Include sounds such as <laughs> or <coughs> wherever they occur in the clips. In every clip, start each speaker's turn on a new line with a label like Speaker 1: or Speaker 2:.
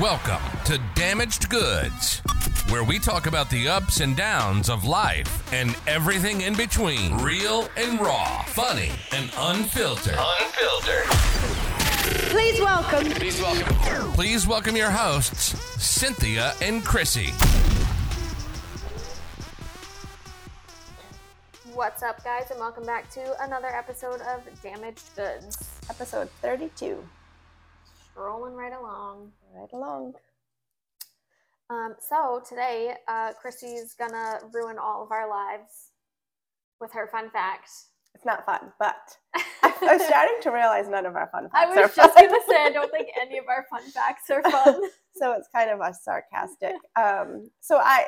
Speaker 1: Welcome to Damaged Goods, where we talk about the ups and downs of life and everything in between. Real and raw, funny and unfiltered.
Speaker 2: Unfiltered.
Speaker 3: Please welcome.
Speaker 1: Please welcome your hosts, Cynthia and Chrissy.
Speaker 4: What's up, guys, and welcome back to another episode of Damaged Goods.
Speaker 3: Episode 32.
Speaker 4: Rolling right along.
Speaker 3: Right along.
Speaker 4: Um, so today, uh, Christy's gonna ruin all of our lives with her fun
Speaker 3: <laughs>
Speaker 4: fact.
Speaker 3: It's not fun, but <laughs> I'm starting to realize none of our fun
Speaker 4: <laughs> I
Speaker 3: facts are
Speaker 4: was just
Speaker 3: fun.
Speaker 4: gonna say I don't think any of our fun facts are fun.
Speaker 3: <laughs> so it's kind of a sarcastic. Um, so I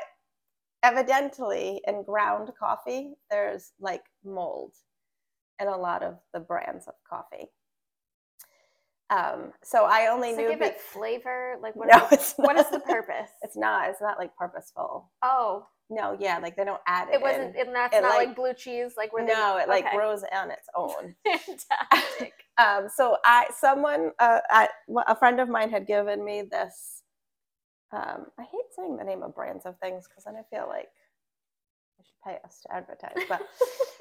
Speaker 3: evidently in ground coffee there's like mold in a lot of the brands of coffee. Um, so I only
Speaker 4: to
Speaker 3: knew
Speaker 4: give
Speaker 3: be-
Speaker 4: it
Speaker 3: <laughs>
Speaker 4: flavor, like what,
Speaker 3: No,
Speaker 4: is,
Speaker 3: it's
Speaker 4: what is the
Speaker 3: not.
Speaker 4: purpose?
Speaker 3: it's not it's not like purposeful.
Speaker 4: oh,
Speaker 3: No, yeah, like they don't add it.
Speaker 4: it wasn't.
Speaker 3: in.
Speaker 4: And that's
Speaker 3: it,
Speaker 4: not like,
Speaker 3: like-
Speaker 4: blue cheese, like where
Speaker 3: no,
Speaker 4: they,
Speaker 3: it like
Speaker 4: okay.
Speaker 3: grows on its own.
Speaker 4: <laughs> fantastic.
Speaker 3: Um, so I, someone, uh, I, a friend of mine had given me this. Um, I hate saying the name of brands of things because then I feel like they should pay us to advertise. But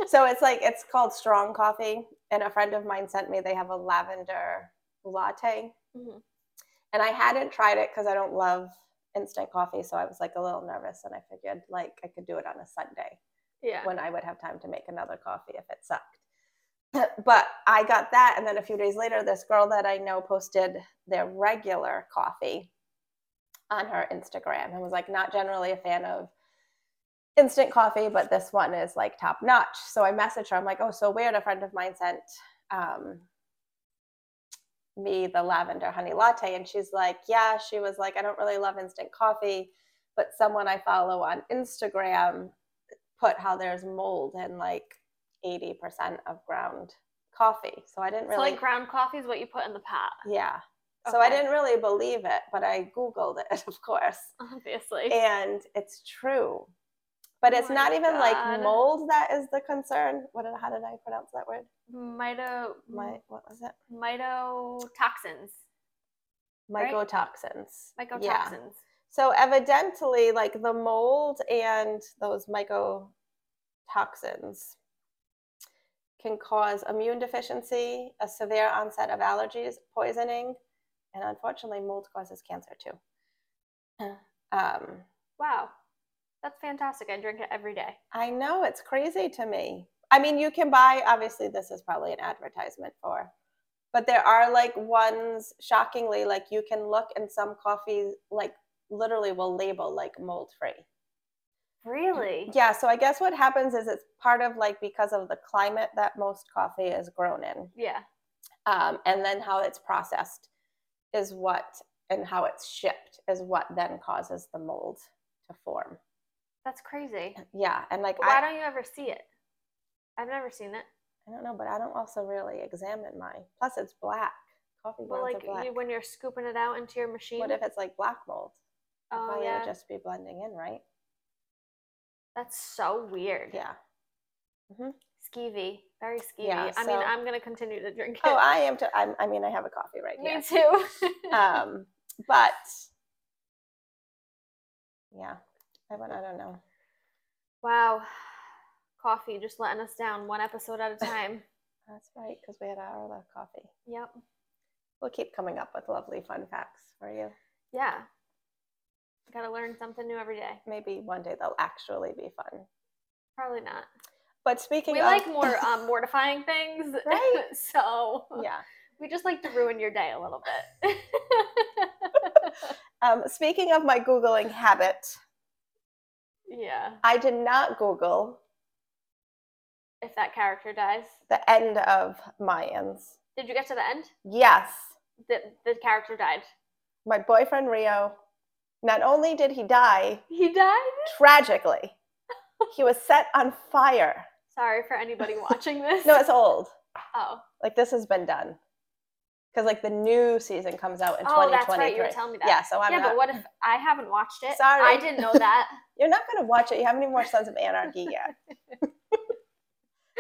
Speaker 3: so it's like it's called Strong Coffee, and a friend of mine sent me. They have a lavender latte,
Speaker 4: Mhm.
Speaker 3: and I hadn't tried it because I don't love instant coffee. So I was like a little nervous, and I figured like I could do it on a Sunday <laughs>
Speaker 4: yeah.
Speaker 3: when I would have time to make another coffee if it sucked. <clears throat> But I got that. And then a few days later, this girl that I know posted their regular coffee on her Instagram and was like, not generally a fan of instant coffee, but this one is like top notch. So I messaged her. I'm like, oh, so weird. A friend of mine sent um, me the lavender honey latte. And she's like, yeah, she was like, I don't really love instant coffee, but someone I follow on Instagram put how there's mold in like 80% of ground coffee. So I didn't
Speaker 4: So
Speaker 3: really.
Speaker 4: like ground coffee is what you put in the pot, <laughs>
Speaker 3: yeah. So I
Speaker 4: Okay.
Speaker 3: didn't really believe it, but I Googled it, <laughs> of course.
Speaker 4: obviously.
Speaker 3: And it's true. But it's
Speaker 4: Oh my
Speaker 3: not even like
Speaker 4: God.
Speaker 3: mold that is the concern. What did, how did I pronounce that word?
Speaker 4: Mito
Speaker 3: My what was it?
Speaker 4: mitotoxins. Right.
Speaker 3: Mycotoxins.
Speaker 4: Mycotoxins.
Speaker 3: Yeah. So evidently, like the mold and those mycotoxins can cause immune deficiency, a severe onset of allergies, poisoning, and unfortunately, mold causes cancer too. <sighs> Um,
Speaker 4: Wow. That's fantastic. I drink it every day.
Speaker 3: I know it's crazy to me. I mean, you can buy. Obviously, this is probably an advertisement for, but there are like ones shockingly like you can look and some coffees like literally will label like mold free.
Speaker 4: Really?
Speaker 3: Mm, Yeah, so I guess what happens is it's part of like because of the climate that most coffee is grown in,
Speaker 4: Yeah.
Speaker 3: um, and then how it's processed is what and how it's shipped is what then causes the mold to form.
Speaker 4: That's crazy.
Speaker 3: Yeah, and like
Speaker 4: But
Speaker 3: I,
Speaker 4: why don't you ever see it? I've never seen it.
Speaker 3: I don't know, but I don't also really examine mine. Plus, it's black. Coffee
Speaker 4: But
Speaker 3: grounds
Speaker 4: like
Speaker 3: are black.
Speaker 4: you, when you're scooping it out into your machine.
Speaker 3: what if it's like black mold? It
Speaker 4: oh
Speaker 3: probably
Speaker 4: yeah.
Speaker 3: would just be blending in, right?
Speaker 4: That's so weird.
Speaker 3: Yeah.
Speaker 4: Skeevy. Very skeevy.
Speaker 3: Yeah,
Speaker 4: I mean,
Speaker 3: so-
Speaker 4: I'm gonna continue to drink it.
Speaker 3: Oh, I am. T- I'm, I mean, I have a coffee right
Speaker 4: <laughs>
Speaker 3: here.
Speaker 4: Me too.
Speaker 3: um, but yeah, I, don't- I don't know.
Speaker 4: wow. Coffee just letting us down one episode
Speaker 3: <laughs>
Speaker 4: at a time.
Speaker 3: That's right, because we had our other coffee.
Speaker 4: yep.
Speaker 3: We'll keep coming up with lovely fun facts for you.
Speaker 4: Yeah. Gotta learn something new every day.
Speaker 3: Maybe one day they'll actually be fun.
Speaker 4: Probably not.
Speaker 3: But speaking
Speaker 4: we
Speaker 3: of,
Speaker 4: like
Speaker 3: <laughs>
Speaker 4: more um, mortifying things <laughs>
Speaker 3: Right.
Speaker 4: so
Speaker 3: yeah.
Speaker 4: we just like to ruin your day a little bit <laughs>
Speaker 3: Um, speaking of my googling habit,
Speaker 4: yeah
Speaker 3: I did not Google
Speaker 4: if that character dies
Speaker 3: the end of Mayans.
Speaker 4: did you get to the end
Speaker 3: Yes,
Speaker 4: the, the character died
Speaker 3: my boyfriend Rio. Not only did he die
Speaker 4: he died
Speaker 3: tragically, he was set on fire.
Speaker 4: sorry for
Speaker 3: <laughs>
Speaker 4: anybody watching this
Speaker 3: No, it's old.
Speaker 4: oh
Speaker 3: like this has been done because like the new season comes out in
Speaker 4: oh
Speaker 3: 2023
Speaker 4: that's right you were telling me that
Speaker 3: yeah so i'm
Speaker 4: yeah
Speaker 3: not,
Speaker 4: but what
Speaker 3: <laughs>
Speaker 4: if i haven't watched it
Speaker 3: Sorry.
Speaker 4: i didn't know that
Speaker 3: you're not going to watch it you haven't even watched sons of
Speaker 4: <laughs>
Speaker 3: anarchy yet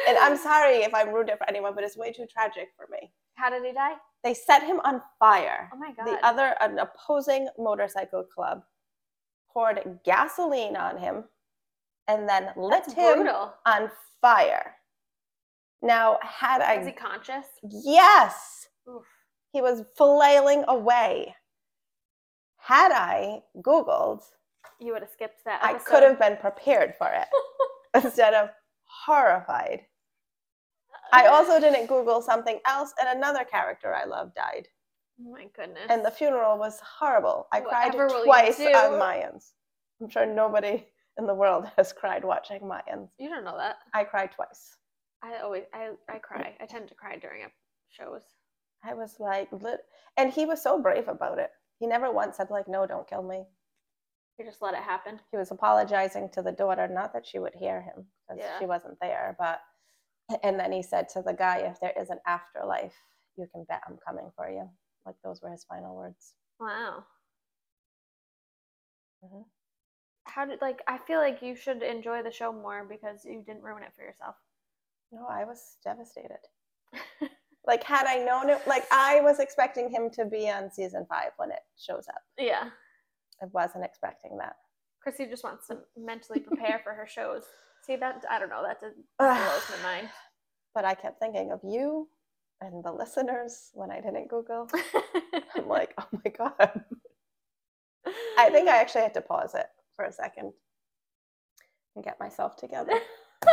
Speaker 3: and i'm sorry if i'm rude for anyone but it's way too tragic for me
Speaker 4: how did he die
Speaker 3: They set him on fire.
Speaker 4: Oh my god.
Speaker 3: The other, an opposing motorcycle club, poured gasoline on him and then lit
Speaker 4: That's
Speaker 3: him
Speaker 4: brutal.
Speaker 3: on fire. Now, had I
Speaker 4: Is he conscious?
Speaker 3: Yes.
Speaker 4: Oof.
Speaker 3: He was flailing away. Had I Googled,
Speaker 4: You would have skipped that.
Speaker 3: I
Speaker 4: episode.
Speaker 3: could have been prepared for
Speaker 4: <laughs>
Speaker 3: it instead of horrified. I also didn't Google something else, and another character I love died.
Speaker 4: <laughs> Oh my goodness.
Speaker 3: And the funeral was horrible. I cried
Speaker 4: Whatever will you
Speaker 3: twice
Speaker 4: do?
Speaker 3: on Mayans. I'm sure nobody in the world <laughs> has cried watching Mayans.
Speaker 4: you don't know that.
Speaker 3: I cried twice.
Speaker 4: I always I, I cry. I tend to cry during ep- shows.
Speaker 3: I was like, lit- and he was so brave about it. He never once said, like, no, don't kill me.
Speaker 4: You just let it happen.
Speaker 3: he was apologizing to the daughter, not that she would hear him because
Speaker 4: Yeah.
Speaker 3: she wasn't there, but and then he said to the guy, if there is an afterlife, you can bet I'm coming for you. Like those were his final words.
Speaker 4: Wow.
Speaker 3: Mhm.
Speaker 4: How did like I feel like you should enjoy the show more because you didn't ruin it for yourself.
Speaker 3: No, I was devastated. like had I known it, like I was expecting him to be on season five when it shows up.
Speaker 4: Yeah.
Speaker 3: I wasn't expecting that.
Speaker 4: Chrissy just wants to mentally prepare for her shows. See that I don't know, that did blows
Speaker 3: but
Speaker 4: my mind.
Speaker 3: I kept thinking of you and the listeners when I didn't Google. I'm like, oh my god. <laughs> I think I actually had to pause it for a second and get myself
Speaker 4: <laughs>
Speaker 3: together.
Speaker 4: <laughs>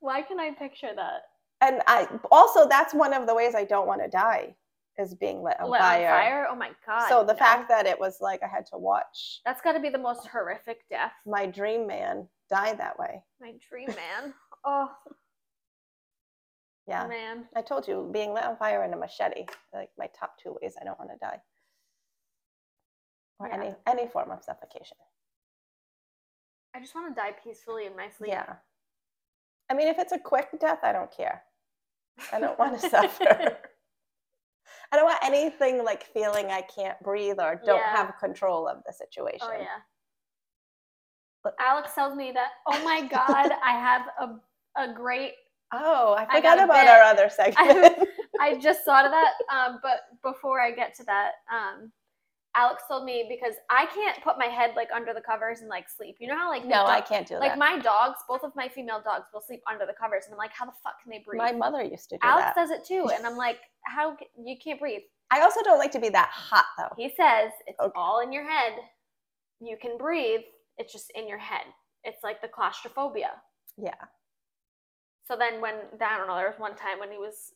Speaker 4: Why can I picture that?
Speaker 3: And I also that's one of the ways I don't want to die is being lit on
Speaker 4: Lit on
Speaker 3: fire.
Speaker 4: fire? Oh my god.
Speaker 3: So the
Speaker 4: no.
Speaker 3: fact that it was like I had to watch
Speaker 4: that's got to be the most horrific death.
Speaker 3: my dream man die that way.
Speaker 4: My dream man. Oh
Speaker 3: Yeah.
Speaker 4: man.
Speaker 3: I told you being lit on fire and a machete, like my top two ways I don't want to die. Or
Speaker 4: Yeah.
Speaker 3: any any form of suffocation.
Speaker 4: I just want to die peacefully in my sleep.
Speaker 3: Yeah. I mean, if it's a quick death, I don't care. I don't
Speaker 4: <laughs>
Speaker 3: want to suffer. I don't want anything like feeling I can't breathe or don't
Speaker 4: Yeah.
Speaker 3: have control of the situation.
Speaker 4: Oh yeah.
Speaker 3: But-
Speaker 4: Alex tells me that. Oh my
Speaker 3: <laughs>
Speaker 4: god, I have a a great.
Speaker 3: Oh, I
Speaker 4: I got
Speaker 3: forgot
Speaker 4: a
Speaker 3: about
Speaker 4: bit-
Speaker 3: our other <laughs> segment.
Speaker 4: <laughs> I just thought of that. Um, but before I get to that, um, Alex told me because I can't put my head like under the covers and like sleep. You know how like the
Speaker 3: no, I
Speaker 4: dog-
Speaker 3: can't do
Speaker 4: Like
Speaker 3: that.
Speaker 4: my dogs, both of my female dogs will sleep under the covers, and I'm like, how the fuck can they breathe?
Speaker 3: My mother used to do
Speaker 4: Alex
Speaker 3: that.
Speaker 4: does it too, and I'm like, how ca- you can't breathe?
Speaker 3: I also don't like to be that hot though.
Speaker 4: He says it's
Speaker 3: Okay.
Speaker 4: all in your head. You can breathe. It's just in your head. It's like the claustrophobia.
Speaker 3: Yeah.
Speaker 4: So then when I don't know, there was one time when he was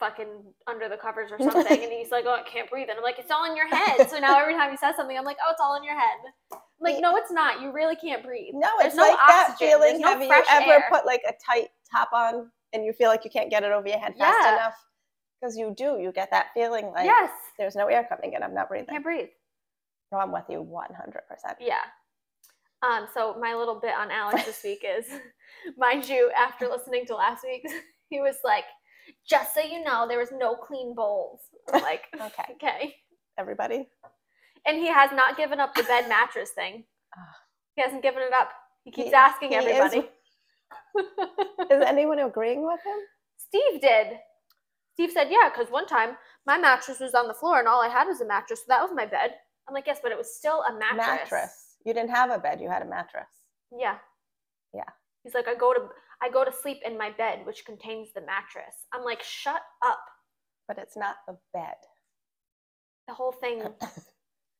Speaker 4: fucking under the covers
Speaker 3: <laughs>
Speaker 4: or something, and he's like, "Oh, I can't breathe," and I'm like, "It's all in your head." So now every time he says something, I'm like, "Oh, it's all in your head." I'm like, no, it's not. You really can't breathe.
Speaker 3: No,
Speaker 4: There's
Speaker 3: it's
Speaker 4: no
Speaker 3: like that
Speaker 4: oxygen. There's
Speaker 3: feeling.
Speaker 4: no
Speaker 3: Have you
Speaker 4: fresh
Speaker 3: ever
Speaker 4: air.
Speaker 3: put like a tight top on and you feel like you can't get it over your head fast
Speaker 4: Yeah.
Speaker 3: enough? Because you do. You get that feeling like
Speaker 4: yes,
Speaker 3: there's no air coming in. I'm not
Speaker 4: I
Speaker 3: breathing.
Speaker 4: can't breathe.
Speaker 3: No, I'm with you 100%.
Speaker 4: Yeah. Um, so my little bit on Alex this week is, <laughs> mind you, after listening to last week's, <laughs> he was like, "Just so you know, there was no clean bowls." I'm like, <laughs>
Speaker 3: Okay.
Speaker 4: okay.
Speaker 3: Everybody?
Speaker 4: And he has not given up the bed mattress thing.
Speaker 3: Ah.
Speaker 4: He hasn't given it up. He keeps
Speaker 3: He-
Speaker 4: asking
Speaker 3: he is-
Speaker 4: everybody.
Speaker 3: Is anyone agreeing with him?
Speaker 4: <laughs> Steve did. Steve said, "Yeah, because one time my mattress was on the floor and all I had was a mattress, so that was my bed." I'm like, "Yes, but it was still a <laughs> mattress."
Speaker 3: You didn't have a bed, you had a mattress.
Speaker 4: Yeah.
Speaker 3: Yeah.
Speaker 4: He's like, I go to I go to sleep in my bed, which contains the mattress. I'm like, shut up.
Speaker 3: But it's not the bed.
Speaker 4: The whole
Speaker 3: <laughs>
Speaker 4: thing,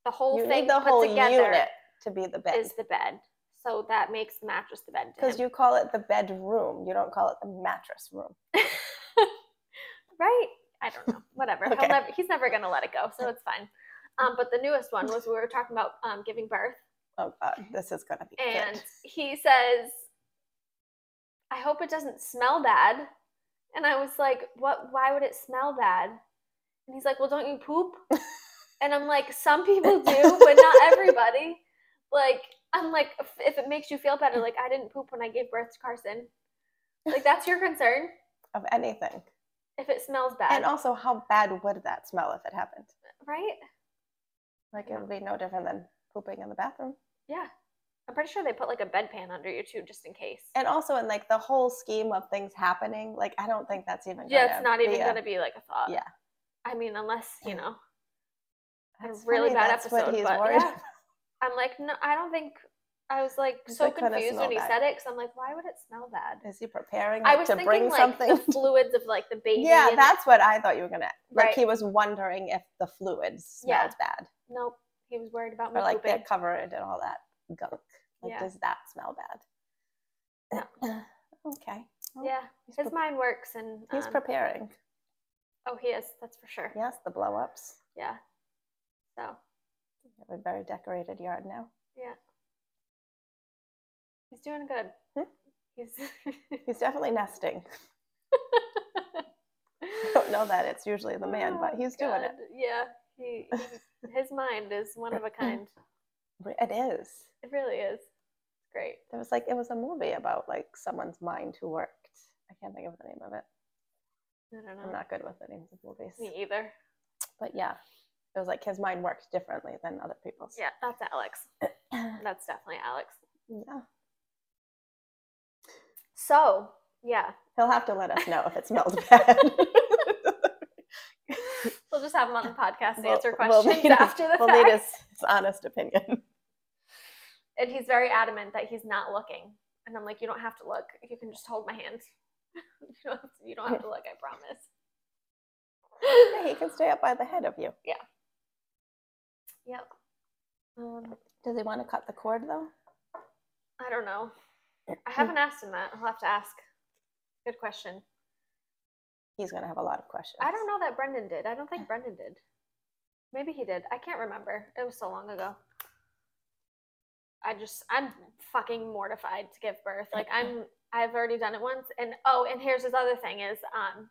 Speaker 4: the whole
Speaker 3: you
Speaker 4: thing
Speaker 3: need the
Speaker 4: put
Speaker 3: whole
Speaker 4: together
Speaker 3: unit to be the bed.
Speaker 4: is the bed. So that makes mattress the bed. to
Speaker 3: Because
Speaker 4: him.
Speaker 3: you call it the bedroom, you don't call it the mattress room.
Speaker 4: <laughs> right? I don't know. Whatever.
Speaker 3: Okay.
Speaker 4: He'll never, he's never gonna let it go, so it's fine. Um, but the newest one was we were talking about um, giving birth,
Speaker 3: Oh God, this is gonna be good.
Speaker 4: Mm-hmm. and he says, "I hope it doesn't smell bad." And I was like, "What? Why would it smell bad?" And he's like, "Well, don't you
Speaker 3: <laughs>
Speaker 4: poop?" and I'm like, "Some people do, but not everybody." Like, I'm like, if, if it makes you feel better, like I didn't poop when I gave birth to Carson. Like that's your concern
Speaker 3: of anything.
Speaker 4: if it smells bad,
Speaker 3: And also, how bad would that smell if it happened?
Speaker 4: right? Mm-hmm.
Speaker 3: Like it would be no different than pooping in the bathroom.
Speaker 4: Yeah. I'm pretty sure they put like a bedpan under you too, just in case.
Speaker 3: And also in like the whole scheme of things happening, like I don't think that's even
Speaker 4: yeah, it's
Speaker 3: gonna
Speaker 4: not
Speaker 3: be
Speaker 4: even
Speaker 3: a-
Speaker 4: gonna be like a thought.
Speaker 3: yeah.
Speaker 4: I mean, unless you know, a
Speaker 3: That's
Speaker 4: really
Speaker 3: funny,
Speaker 4: bad
Speaker 3: that's what
Speaker 4: episode,
Speaker 3: he's
Speaker 4: but
Speaker 3: worried
Speaker 4: yeah.
Speaker 3: about.
Speaker 4: I'm like, no, I don't think. I was like
Speaker 3: It's
Speaker 4: so
Speaker 3: like kinda
Speaker 4: confused when he
Speaker 3: smell
Speaker 4: said it because I'm like, why would it smell bad?
Speaker 3: Is he preparing
Speaker 4: I
Speaker 3: like,
Speaker 4: was
Speaker 3: to
Speaker 4: thinking
Speaker 3: bring
Speaker 4: like <laughs>
Speaker 3: something? <laughs>
Speaker 4: the fluids of like the baby.
Speaker 3: yeah,
Speaker 4: and-
Speaker 3: that's what I thought you were gonna. Like
Speaker 4: Right.
Speaker 3: he was wondering if the fluids
Speaker 4: Yeah.
Speaker 3: smelled bad,
Speaker 4: nope. He was worried about me
Speaker 3: or like
Speaker 4: pooping.
Speaker 3: they're covered and all that gunk. Like,
Speaker 4: Yeah.
Speaker 3: does that smell bad? <clears throat> okay. Well,
Speaker 4: Yeah,
Speaker 3: He's,
Speaker 4: his
Speaker 3: pre-
Speaker 4: mind works, and
Speaker 3: he's
Speaker 4: um,
Speaker 3: preparing.
Speaker 4: oh, he is. That's for sure.
Speaker 3: Yes, the blow-ups.
Speaker 4: yeah. So
Speaker 3: We have a very decorated yard now.
Speaker 4: he's doing good.
Speaker 3: Hmm?
Speaker 4: He's.
Speaker 3: He's definitely nesting. <laughs> I don't know that it's usually <laughs> the man,
Speaker 4: <laughs>
Speaker 3: but
Speaker 4: Oh,
Speaker 3: he's doing it.
Speaker 4: God. Yeah, he, he- his mind is one of a kind.
Speaker 3: Re- It is.
Speaker 4: It really is. Great.
Speaker 3: It was like it was a movie about like someone's mind who worked. I can't think of the name of it.
Speaker 4: I don't know.
Speaker 3: I'm not good with the names of movies.
Speaker 4: Mm. Me either.
Speaker 3: But yeah, it was like his mind worked differently than other people's.
Speaker 4: Yeah, that's Alex.
Speaker 3: Yeah.
Speaker 4: That's definitely Alex.
Speaker 3: <laughs> yeah.
Speaker 4: So yeah,
Speaker 3: He'll have to let us know if it smells <laughs>
Speaker 4: <laughs>
Speaker 3: bad.
Speaker 4: we'll just have him on the podcast to
Speaker 3: We'll-
Speaker 4: answer
Speaker 3: <laughs> we'll
Speaker 4: questions
Speaker 3: need his-
Speaker 4: after the
Speaker 3: we'll
Speaker 4: fact.
Speaker 3: need his, his honest opinion. <laughs>
Speaker 4: And he's very adamant that he's not looking. And I'm like, you don't have to look. You can just hold my hand. <laughs> you, don't have to, you don't have to look. I
Speaker 3: <laughs> Yeah,
Speaker 4: promise.
Speaker 3: he can stay up by the head of you.
Speaker 4: yep. Um,
Speaker 3: Does he want to cut the cord though?
Speaker 4: I don't know. I haven't asked him that. I'll have to ask. Good question.
Speaker 3: He's gonna have a lot of questions.
Speaker 4: I don't know that Brendan did. I don't think Brendan did. Maybe he did. I can't remember. It was so long ago. I just I'm fucking mortified to give birth. Like I'm I've already done it once and oh and here's his other thing is um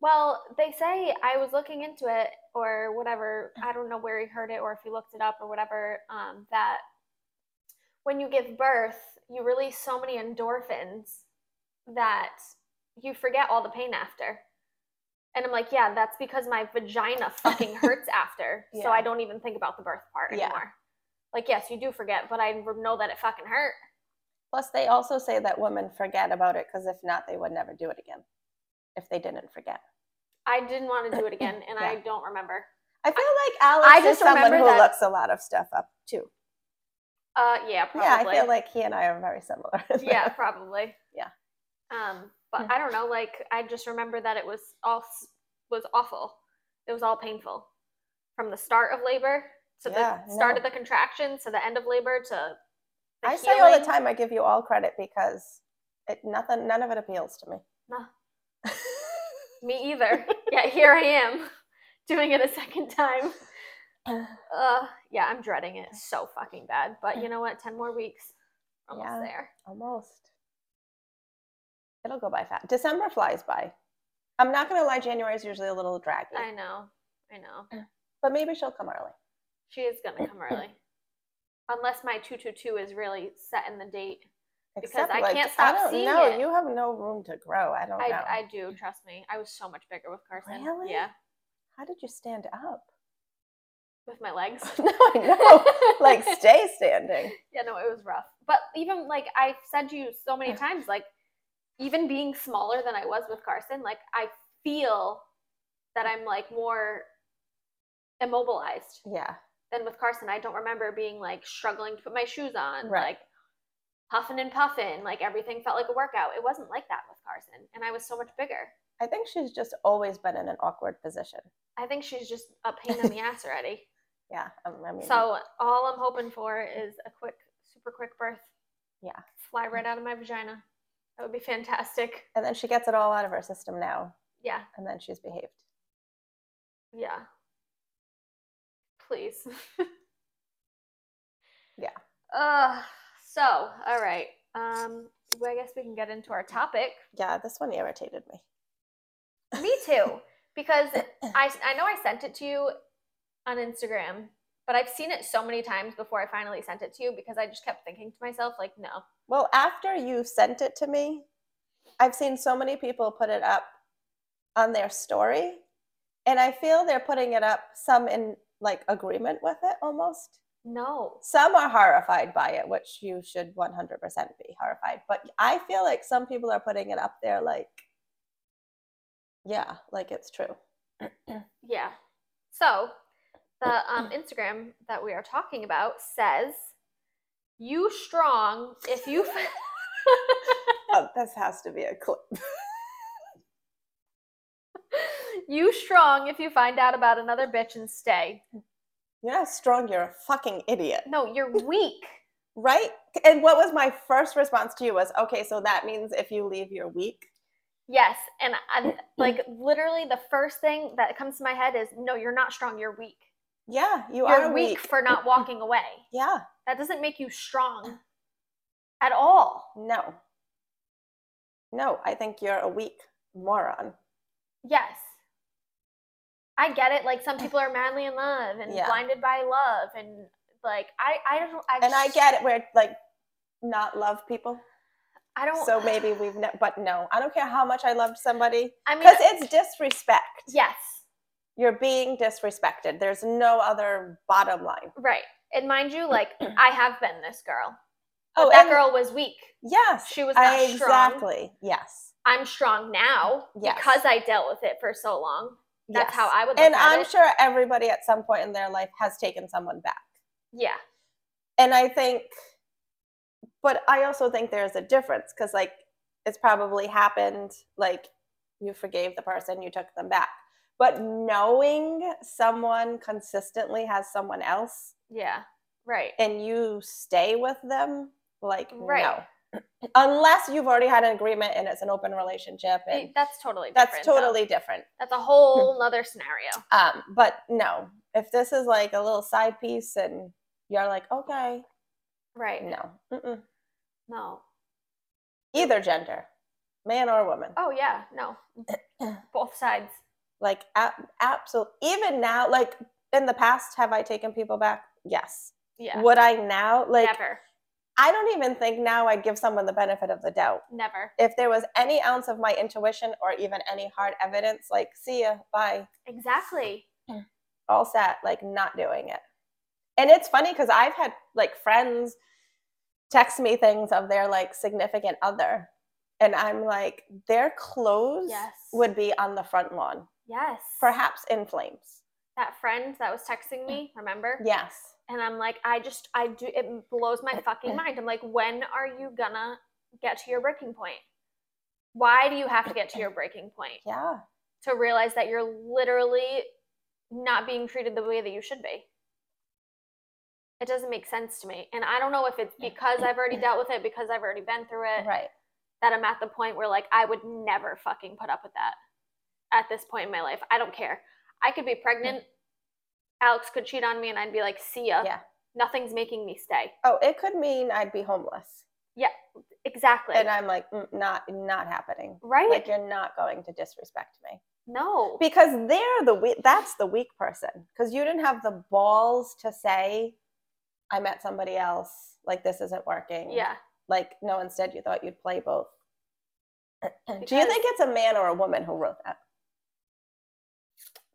Speaker 4: well, they say I was looking into it or whatever.
Speaker 3: Mm.
Speaker 4: I don't know where he heard it or if he looked it up or whatever um that when you give birth, you release so many endorphins that you forget all the pain after. And I'm like, yeah, that's because my vagina
Speaker 3: <laughs>
Speaker 4: fucking hurts after. So
Speaker 3: Yeah.
Speaker 4: I don't even think about the birth part
Speaker 3: Yeah.
Speaker 4: anymore. Like, yes, you do forget, but I know that it fucking hurt.
Speaker 3: Plus, they also say that women forget about it because if not, they would never do it again. If they didn't forget,
Speaker 4: I didn't want to do it again, and I
Speaker 3: <laughs> Yeah.
Speaker 4: don't remember.
Speaker 3: I feel like Alex
Speaker 4: I
Speaker 3: is
Speaker 4: just
Speaker 3: someone
Speaker 4: remember
Speaker 3: who
Speaker 4: that-
Speaker 3: looks a lot of stuff up too.
Speaker 4: Uh, yeah,
Speaker 3: Yeah, I
Speaker 4: probably.
Speaker 3: feel like he and I are very similar. <laughs>
Speaker 4: yeah, probably.
Speaker 3: Yeah.
Speaker 4: Um, but
Speaker 3: Yeah.
Speaker 4: I don't know. Like, I just remember that it was all s- was awful. It was all painful from the start of labor to
Speaker 3: Yeah,
Speaker 4: the start
Speaker 3: no.
Speaker 4: of the contractions to the end of labor to. The
Speaker 3: I say all the
Speaker 4: healing.
Speaker 3: time, I give you all credit because it, nothing, none of it appeals to me.
Speaker 4: No. Me
Speaker 3: <laughs>
Speaker 4: either. yeah, here I am <laughs> doing it a second
Speaker 3: <sighs>
Speaker 4: time. Uh, yeah, I'm dreading it so fucking bad. But you know what? 10 more weeks. Almost
Speaker 3: Yeah.
Speaker 4: there.
Speaker 3: <laughs> Almost. It'll go by fast. December flies by. I'm not gonna lie, January is usually a little draggy,
Speaker 4: I know. I know.
Speaker 3: but maybe she'll come early.
Speaker 4: She is going
Speaker 3: <coughs>
Speaker 4: to come early. Unless my 222 is really setting the date. Because I can't stop
Speaker 3: I don't
Speaker 4: seeing
Speaker 3: know.
Speaker 4: it.
Speaker 3: You have no room to grow. I don't
Speaker 4: I,
Speaker 3: know.
Speaker 4: I do, trust me. I was so much bigger with Carson.
Speaker 3: Oh, Really?
Speaker 4: Yeah,
Speaker 3: How did you stand up?
Speaker 4: with my legs.
Speaker 3: <laughs> no, I know.
Speaker 4: <laughs>
Speaker 3: like stay standing.
Speaker 4: yeah, no, it was rough. But even like I've said to you so many times, like even being smaller than I was with Carson, like I feel that I'm like more immobilized
Speaker 3: Yeah.
Speaker 4: than with Carson. I don't remember being like struggling to put my shoes on,
Speaker 3: Right.
Speaker 4: like huffing and puffing, like everything felt like a workout. It wasn't like that with Carson, and I was so much bigger.
Speaker 3: I think she's just always been in an awkward position.
Speaker 4: I think she's just a pain
Speaker 3: <laughs>
Speaker 4: in the ass already.
Speaker 3: Yeah. Um, I mean,
Speaker 4: So all I'm hoping for is a quick, super quick birth.
Speaker 3: Yeah.
Speaker 4: Fly right out of my vagina. That would be fantastic.
Speaker 3: and then she gets it all out of her system now,
Speaker 4: Yeah.
Speaker 3: and then she's behaved.
Speaker 4: Yeah. Please.
Speaker 3: <laughs> Yeah.
Speaker 4: Uh so, all right. Um well, I guess we can get into our topic.
Speaker 3: Yeah, this one irritated me.
Speaker 4: Me too, because I I know I sent it to you on Instagram, but I've seen it so many times before I finally sent it to you because I just kept thinking to myself like, no.
Speaker 3: Well, after you sent it to me, I've seen so many people put it up on their story, and I feel they're putting it up some in like agreement with it almost.
Speaker 4: No.
Speaker 3: Some are horrified by it, which you should 100% be horrified. But I feel like some people are putting it up there like, yeah, like it's true.
Speaker 4: Yeah. So the um, Instagram that we are talking about says, "You strong if you." f- <laughs>
Speaker 3: Oh, this has to be a clip.
Speaker 4: You strong if you find out about another bitch and stay.
Speaker 3: You're not strong, you're a fucking idiot.
Speaker 4: No, you're weak.
Speaker 3: Right? And what was my first response to you was, okay, so that means if you leave, you're weak.
Speaker 4: Yes, and I'm like literally the first thing that comes to my head is no, you're not strong, you're weak.
Speaker 3: Yeah, you
Speaker 4: You're
Speaker 3: are
Speaker 4: weak,
Speaker 3: weak.
Speaker 4: for not walking away.
Speaker 3: Yeah,
Speaker 4: That doesn't make you strong at all.
Speaker 3: no. No, I think you're a weak moron.
Speaker 4: Yes. I get it like some people are madly in love and
Speaker 3: Yeah.
Speaker 4: blinded by love and like I I don't I
Speaker 3: And I
Speaker 4: just-
Speaker 3: get it, we're like not love people.
Speaker 4: I don't
Speaker 3: So maybe we've, ne- but no, I don't care how much I loved somebody
Speaker 4: I mean
Speaker 3: because it's disrespect.
Speaker 4: yes.
Speaker 3: You're being disrespected. There's no other bottom line.
Speaker 4: Right. And mind you, like
Speaker 3: <clears throat>
Speaker 4: I have been this girl.
Speaker 3: Oh,
Speaker 4: that
Speaker 3: and-
Speaker 4: girl was weak.
Speaker 3: Yes.
Speaker 4: She was not strong.
Speaker 3: exactly. Yes.
Speaker 4: I'm strong now
Speaker 3: Yes.
Speaker 4: because I dealt with it for so long. That's
Speaker 3: Yes.
Speaker 4: how I would look
Speaker 3: And
Speaker 4: at
Speaker 3: I'm
Speaker 4: it.
Speaker 3: sure everybody at some point in their life has taken someone back.
Speaker 4: yeah.
Speaker 3: And I think, but I also think there's a difference because, like, it's probably happened, like, you forgave the person, you took them back. But knowing someone consistently has someone else
Speaker 4: Yeah. Right.
Speaker 3: and you stay with them, like,
Speaker 4: Right.
Speaker 3: no. Unless you've already had an agreement and it's an open relationship, and
Speaker 4: It- that's totally different.
Speaker 3: that's
Speaker 4: though.
Speaker 3: totally Hmm. different.
Speaker 4: That's a whole nother scenario.
Speaker 3: Um, but no, if this is like a little side piece and you're like, okay,
Speaker 4: Right.
Speaker 3: no, mm-mm.
Speaker 4: No.
Speaker 3: either gender, man or woman,
Speaker 4: Oh yeah. No. Both sides.
Speaker 3: like ab- absolute. Even now, like in the past, have I taken people back? Yes.
Speaker 4: Yeah.
Speaker 3: Would I now? Like,
Speaker 4: never.
Speaker 3: I don't even think now I'd give someone the benefit of the doubt.
Speaker 4: Never.
Speaker 3: If there was any ounce of my intuition or even any hard evidence, like, see ya, bye,
Speaker 4: Exactly.
Speaker 3: all set, like not doing it. And it's funny because I've had like friends text me things of their like significant other. And I'm like, their clothes
Speaker 4: Yes.
Speaker 3: would be on the front lawn,
Speaker 4: Yes.
Speaker 3: perhaps in flames.
Speaker 4: that friend that was texting me, remember?
Speaker 3: Yes.
Speaker 4: And I'm like, I just, I do, it blows my fucking mind. I'm like, when are you gonna get to your breaking point? Why do you have to get to your breaking
Speaker 3: <clears throat>
Speaker 4: point
Speaker 3: Yeah.
Speaker 4: to realize that you're literally not being treated the way that you should be? It doesn't make sense to me. And I don't know if it's because I've already dealt with it, because I've already been through it,
Speaker 3: Right.
Speaker 4: that I'm at the point where like I would never fucking put up with that at this point in my life. I don't care. I could be pregnant. Alex could cheat on me and I'd be like, see ya.
Speaker 3: Yeah.
Speaker 4: Nothing's making me stay.
Speaker 3: Oh, it could mean I'd be homeless.
Speaker 4: Exactly.
Speaker 3: And I'm like, mm, not not happening.
Speaker 4: right?
Speaker 3: Like you're not going to disrespect me.
Speaker 4: no.
Speaker 3: Because they're the weak that's the weak person. Because you didn't have the balls to say, I met somebody else, like this isn't working.
Speaker 4: yeah.
Speaker 3: like no instead you thought you'd play both <clears throat> do you
Speaker 4: Because-
Speaker 3: think it's a man or a woman who wrote that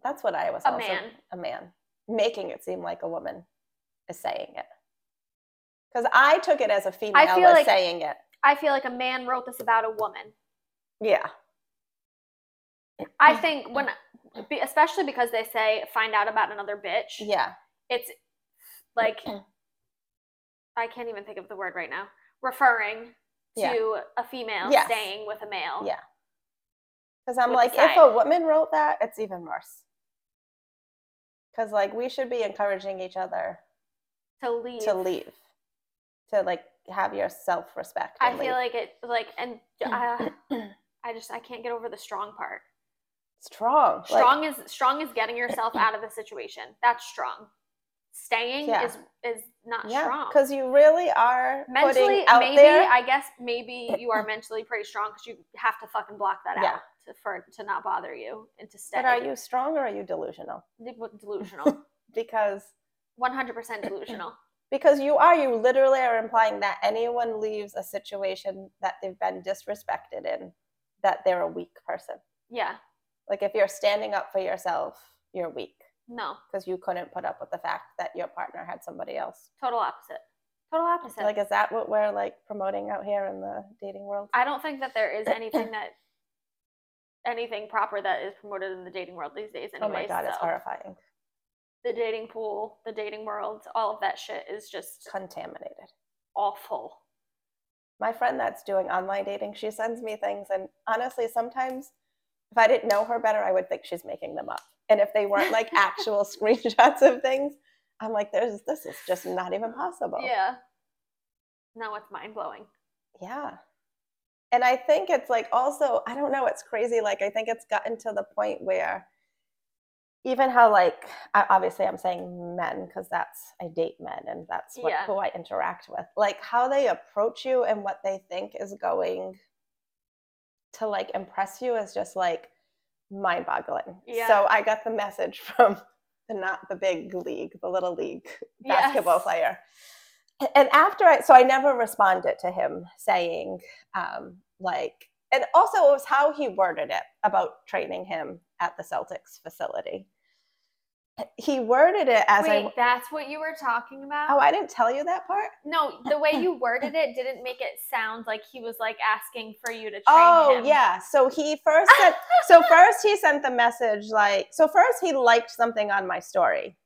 Speaker 3: that's what i was
Speaker 4: A
Speaker 3: also-
Speaker 4: man.
Speaker 3: a man making it seem like a woman is saying it because i took it as a female
Speaker 4: feel
Speaker 3: was
Speaker 4: like-
Speaker 3: saying it
Speaker 4: I feel like a man wrote this about a woman.
Speaker 3: yeah
Speaker 4: I think when, be- especially because they say find out about another bitch.
Speaker 3: yeah Mm-hmm.
Speaker 4: It's like, I can't even think of the word right now. Referring to
Speaker 3: Yeah.
Speaker 4: a female
Speaker 3: Yes.
Speaker 4: staying with a male.
Speaker 3: Yeah. because i'm
Speaker 4: With
Speaker 3: like
Speaker 4: the
Speaker 3: if
Speaker 4: side.
Speaker 3: a woman wrote that it's even worse because like we should be encouraging each other
Speaker 4: To leave.
Speaker 3: to leave to like have your self-respect
Speaker 4: I
Speaker 3: and leave.
Speaker 4: feel like it, like, and
Speaker 3: Mm.
Speaker 4: uh, I just, I can't get over the strong part.
Speaker 3: strong like-
Speaker 4: Strong is strong is getting yourself out of the situation. That's strong. Staying
Speaker 3: Yeah.
Speaker 4: is is not
Speaker 3: Yeah,
Speaker 4: strong.
Speaker 3: because you really are
Speaker 4: mentally,
Speaker 3: putting out
Speaker 4: maybe
Speaker 3: there.
Speaker 4: I guess maybe you are mentally pretty strong because you have to fucking block that
Speaker 3: Yeah.
Speaker 4: out to, for it to not bother you and to stay.
Speaker 3: but are you strong or are you delusional?
Speaker 4: De-
Speaker 3: <laughs>
Speaker 4: delusional?
Speaker 3: Because
Speaker 4: One hundred percent delusional.
Speaker 3: because you are, you literally are implying that anyone leaves a situation that they've been disrespected in, that they're a weak person.
Speaker 4: Yeah.
Speaker 3: Like if you're standing up for yourself, you're weak.
Speaker 4: No,
Speaker 3: because you couldn't put up with the fact that your partner had somebody else.
Speaker 4: total opposite. Total opposite.
Speaker 3: Like, is that what we're like promoting out here in the dating world?
Speaker 4: I don't think that there
Speaker 3: <clears throat>
Speaker 4: is anything that anything proper that is promoted in the dating world these days.
Speaker 3: oh
Speaker 4: Anyways,
Speaker 3: my god, it's
Speaker 4: so
Speaker 3: horrifying.
Speaker 4: The dating pool, the dating world, all of that shit is just
Speaker 3: Contaminated.
Speaker 4: awful.
Speaker 3: my friend that's doing online dating, she sends me things, and honestly, sometimes if I didn't know her better, I would think she's making them up. And if they weren't like actual screenshots of things, I'm like, there's this is just not even possible.
Speaker 4: Yeah. Now it's mind blowing.
Speaker 3: Yeah. And I think it's like also, I don't know, it's crazy. Like, I think it's gotten to the point where even how, like, I- obviously I'm saying men because that's, I date men and that's what,
Speaker 4: Yeah.
Speaker 3: who I interact with, like how they approach you and what they think is going to like impress you is just like mind boggling.
Speaker 4: Yeah.
Speaker 3: So I got the message <laughs> from the not the big league, the little league basketball
Speaker 4: Yes.
Speaker 3: player. And after I, so I never responded to him saying, um, like, and also it was how he worded it about training him at the Celtics facility. He worded it as
Speaker 4: Wait,
Speaker 3: I,
Speaker 4: that's what you were talking about?
Speaker 3: oh, I didn't tell you that part.
Speaker 4: no, the
Speaker 3: <laughs>
Speaker 4: way you worded it didn't make it sound like he was like asking for you to train
Speaker 3: Oh
Speaker 4: him.
Speaker 3: yeah. So he first
Speaker 4: <laughs>
Speaker 3: sent, so first he sent the message like so first he liked something on my story.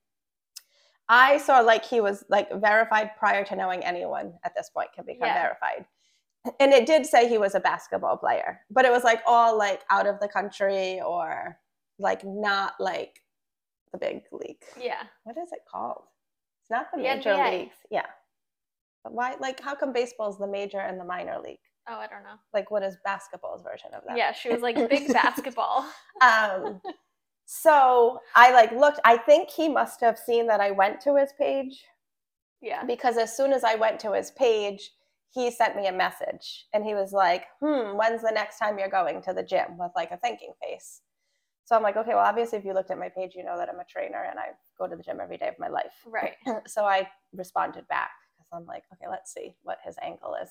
Speaker 3: I saw like he was like verified prior to knowing anyone at this point can become
Speaker 4: Yeah.
Speaker 3: verified. And it did say he was a basketball player, but it was like all like out of the country or like not like the big league.
Speaker 4: Yeah.
Speaker 3: What is it called? It's not the
Speaker 4: The
Speaker 3: major
Speaker 4: NBA.
Speaker 3: leagues. Yeah. But why like how come baseball's the major and the minor league?
Speaker 4: Oh, I don't know.
Speaker 3: like what is basketball's version of that?
Speaker 4: Yeah, she was like big
Speaker 3: <laughs>
Speaker 4: basketball.
Speaker 3: Um, so I like looked. I think he must have seen that I went to his page
Speaker 4: Yeah.
Speaker 3: because as soon as I went to his page, he sent me a message and he was like, "Hmm, when's the next time you're going to the gym?" with like a thinking face. So I'm like, okay, well, obviously, if you looked at my page, you know that I'm a trainer and I go to the gym every day of my life.
Speaker 4: Right.
Speaker 3: <laughs> so I responded back because I'm like, okay, let's see what his angle is.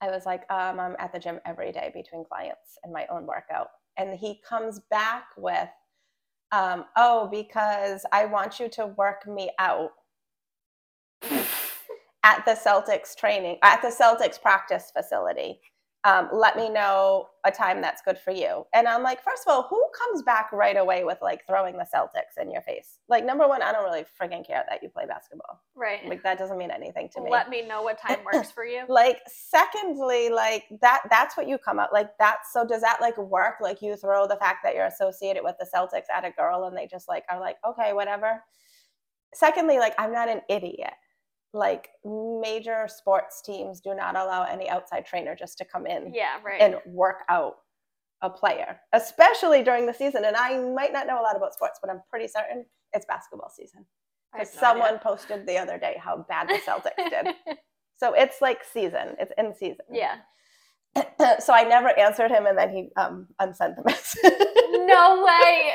Speaker 3: I was like, um, I'm at the gym every day between clients and my own workout. And he comes back with, um, oh, because I want you to work me out <laughs> at the Celtics training, at the Celtics practice facility. Um, let me know a time that's good for you. And I'm like, first of all, who comes back right away with like throwing the Celtics in your face? Like, number one, I don't really friggin' care that you play basketball.
Speaker 4: Right.
Speaker 3: Like, that doesn't mean anything to me.
Speaker 4: Let me know what time works for you.
Speaker 3: like secondly like that that's what you come up like that's so does that like work like you throw the fact that you're associated with the celtics at a girl and they just like are like okay whatever secondly like i'm not an idiot like major sports teams do not allow any outside trainer just to come in
Speaker 4: Yeah, right.
Speaker 3: and work out a player especially during the season and i might not know a lot about sports but i'm pretty certain it's basketball season
Speaker 4: I have no idea.
Speaker 3: someone posted the other day how bad the celtics
Speaker 4: <laughs>
Speaker 3: did so it's like season. It's in season. <laughs>
Speaker 4: yeah.
Speaker 3: <clears throat> so I never answered him, and then he um unsent the message. <laughs>
Speaker 4: No way.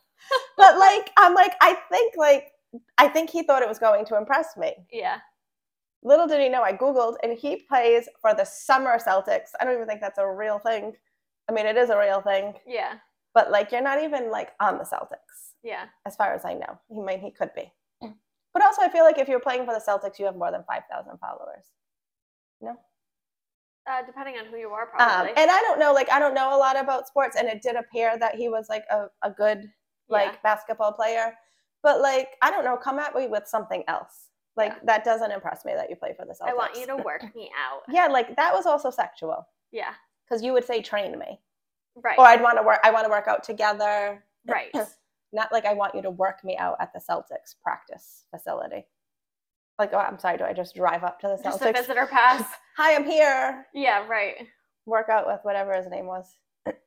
Speaker 4: <laughs>
Speaker 3: but like, I'm like, I think like, I think he thought it was going to impress me.
Speaker 4: yeah.
Speaker 3: Little did he know, I googled, and he plays for the Summer Celtics. I don't even think that's a real thing. I mean, it is a real thing,
Speaker 4: Yeah.
Speaker 3: but like, you're not even like on the Celtics,
Speaker 4: Yeah.
Speaker 3: as far as I know. He mean he could be,
Speaker 4: Mm.
Speaker 3: but also I feel like if you're playing for the Celtics, you have more than five thousand followers.
Speaker 4: Uh, depending on who you are,
Speaker 3: Um,
Speaker 4: probably.
Speaker 3: and I don't know, like I don't know a lot about sports, and it did appear that he was like a, a good like
Speaker 4: Yeah.
Speaker 3: basketball player, but like I don't know, come at me with something else. Like
Speaker 4: Yeah.
Speaker 3: that doesn't impress me that you play for the Celtics.
Speaker 4: I want you to work me
Speaker 3: <laughs>
Speaker 4: out.
Speaker 3: Yeah, like that was also sexual
Speaker 4: Yeah.
Speaker 3: because you would say train me,
Speaker 4: Right.
Speaker 3: or I'd want to work. I want to work out together.
Speaker 4: right.
Speaker 3: <laughs> Not like I want you to work me out at the Celtics practice facility. Like, oh, I'm sorry. Do I just drive up to the
Speaker 4: Just a
Speaker 3: Celtics?
Speaker 4: visitor pass.
Speaker 3: <laughs> Hi, I'm here.
Speaker 4: Yeah, right.
Speaker 3: Work out with whatever his name was.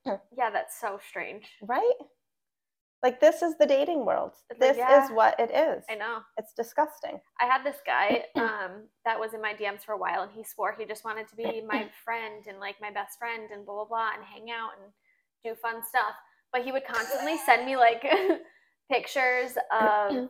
Speaker 4: Yeah, that's so strange.
Speaker 3: Right? Like this is the dating world.
Speaker 4: Like,
Speaker 3: This
Speaker 4: yeah.
Speaker 3: is what it is.
Speaker 4: I know.
Speaker 3: It's disgusting.
Speaker 4: I had this
Speaker 3: <clears throat>
Speaker 4: guy um, that was in my DMs for a while, and he swore he just wanted to be
Speaker 3: <clears throat>
Speaker 4: my friend and like my best friend and blah blah blah and hang out and do fun stuff. But he would constantly send me like <laughs> pictures
Speaker 3: <clears throat>
Speaker 4: of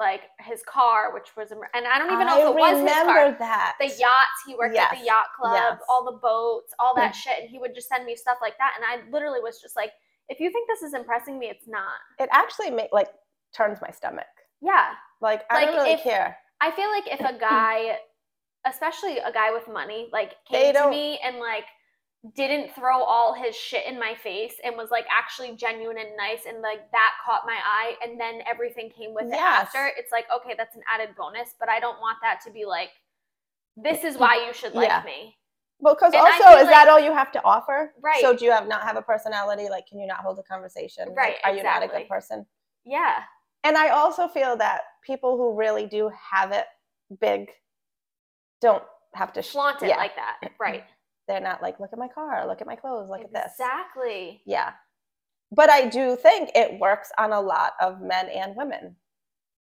Speaker 4: like his car, which was a Mer- and I don't even know if it was his car.
Speaker 3: remember that.
Speaker 4: The yachts he worked at the
Speaker 3: Yes,
Speaker 4: yacht club,
Speaker 3: yes. Mm.
Speaker 4: all the boats, all that shit, and he would just send me stuff like that, and I literally was just like, if you think this is impressing me, it's not.
Speaker 3: It actually made like turns my stomach.
Speaker 4: Yeah.
Speaker 3: Like I don't
Speaker 4: Like,
Speaker 3: really
Speaker 4: if-
Speaker 3: care.
Speaker 4: I feel like if
Speaker 3: <clears throat>
Speaker 4: a guy, especially a guy with money, like
Speaker 3: They
Speaker 4: came to
Speaker 3: don't-
Speaker 4: me and like didn't throw all his shit in my face and was like actually genuine and nice and like that caught my eye and then everything came with it
Speaker 3: Yes.
Speaker 4: after, it's like, okay, that's an added bonus, but I don't want that to be like, this is why you should like
Speaker 3: Yeah.
Speaker 4: me.
Speaker 3: Because
Speaker 4: And I
Speaker 3: also,
Speaker 4: feel
Speaker 3: is that
Speaker 4: like-
Speaker 3: all you have to offer?
Speaker 4: Right.
Speaker 3: So do you have not have a personality? Like, can you not hold a conversation? Like,
Speaker 4: Right,
Speaker 3: are you not a
Speaker 4: exactly.
Speaker 3: good person?
Speaker 4: Yeah.
Speaker 3: And I also feel that people who really do have it big don't have to sh-
Speaker 4: Flaunt it
Speaker 3: yeah,
Speaker 4: like that. Right.
Speaker 3: They're not like, look at my car, look at my clothes, look at this.
Speaker 4: Exactly.
Speaker 3: Yeah. But I do think it works on a lot of men and women.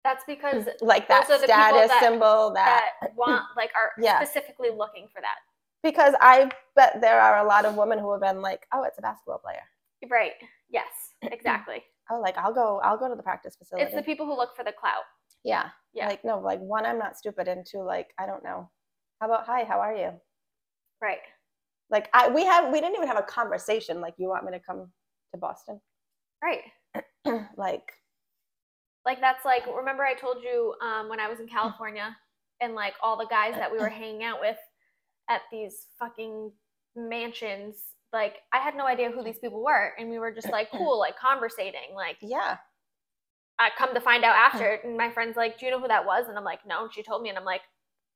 Speaker 4: That's because
Speaker 3: Like that
Speaker 4: Those are the
Speaker 3: status
Speaker 4: people that-
Speaker 3: symbol
Speaker 4: that want like are
Speaker 3: Yeah.
Speaker 4: specifically looking for that.
Speaker 3: because I bet there are a lot of women who have been like, "Oh, it's a basketball player.
Speaker 4: Right. Yes.
Speaker 3: <clears throat>
Speaker 4: Exactly.
Speaker 3: Oh, like I'll go, I'll go to the practice facility."
Speaker 4: It's the people who look for the clout.
Speaker 3: yeah,
Speaker 4: Yeah.
Speaker 3: Like no, like one, I'm not stupid, and two, like I don't know. How about hi? How are you?
Speaker 4: Right.
Speaker 3: Like I, we have, we didn't even have a conversation. Like you want me to come to Boston? <clears throat>
Speaker 4: Right.
Speaker 3: like
Speaker 4: Like that's like remember I told you um, when I was in California and like all the guys that we <clears throat> were hanging out with at these fucking mansions. Like I had no idea who these people were, and we were just like cool, like conversating. Like
Speaker 3: yeah,
Speaker 4: I come to find out after, and my friend's like, "Do you know who that was?" And I'm like, "No." And she told me, and I'm like,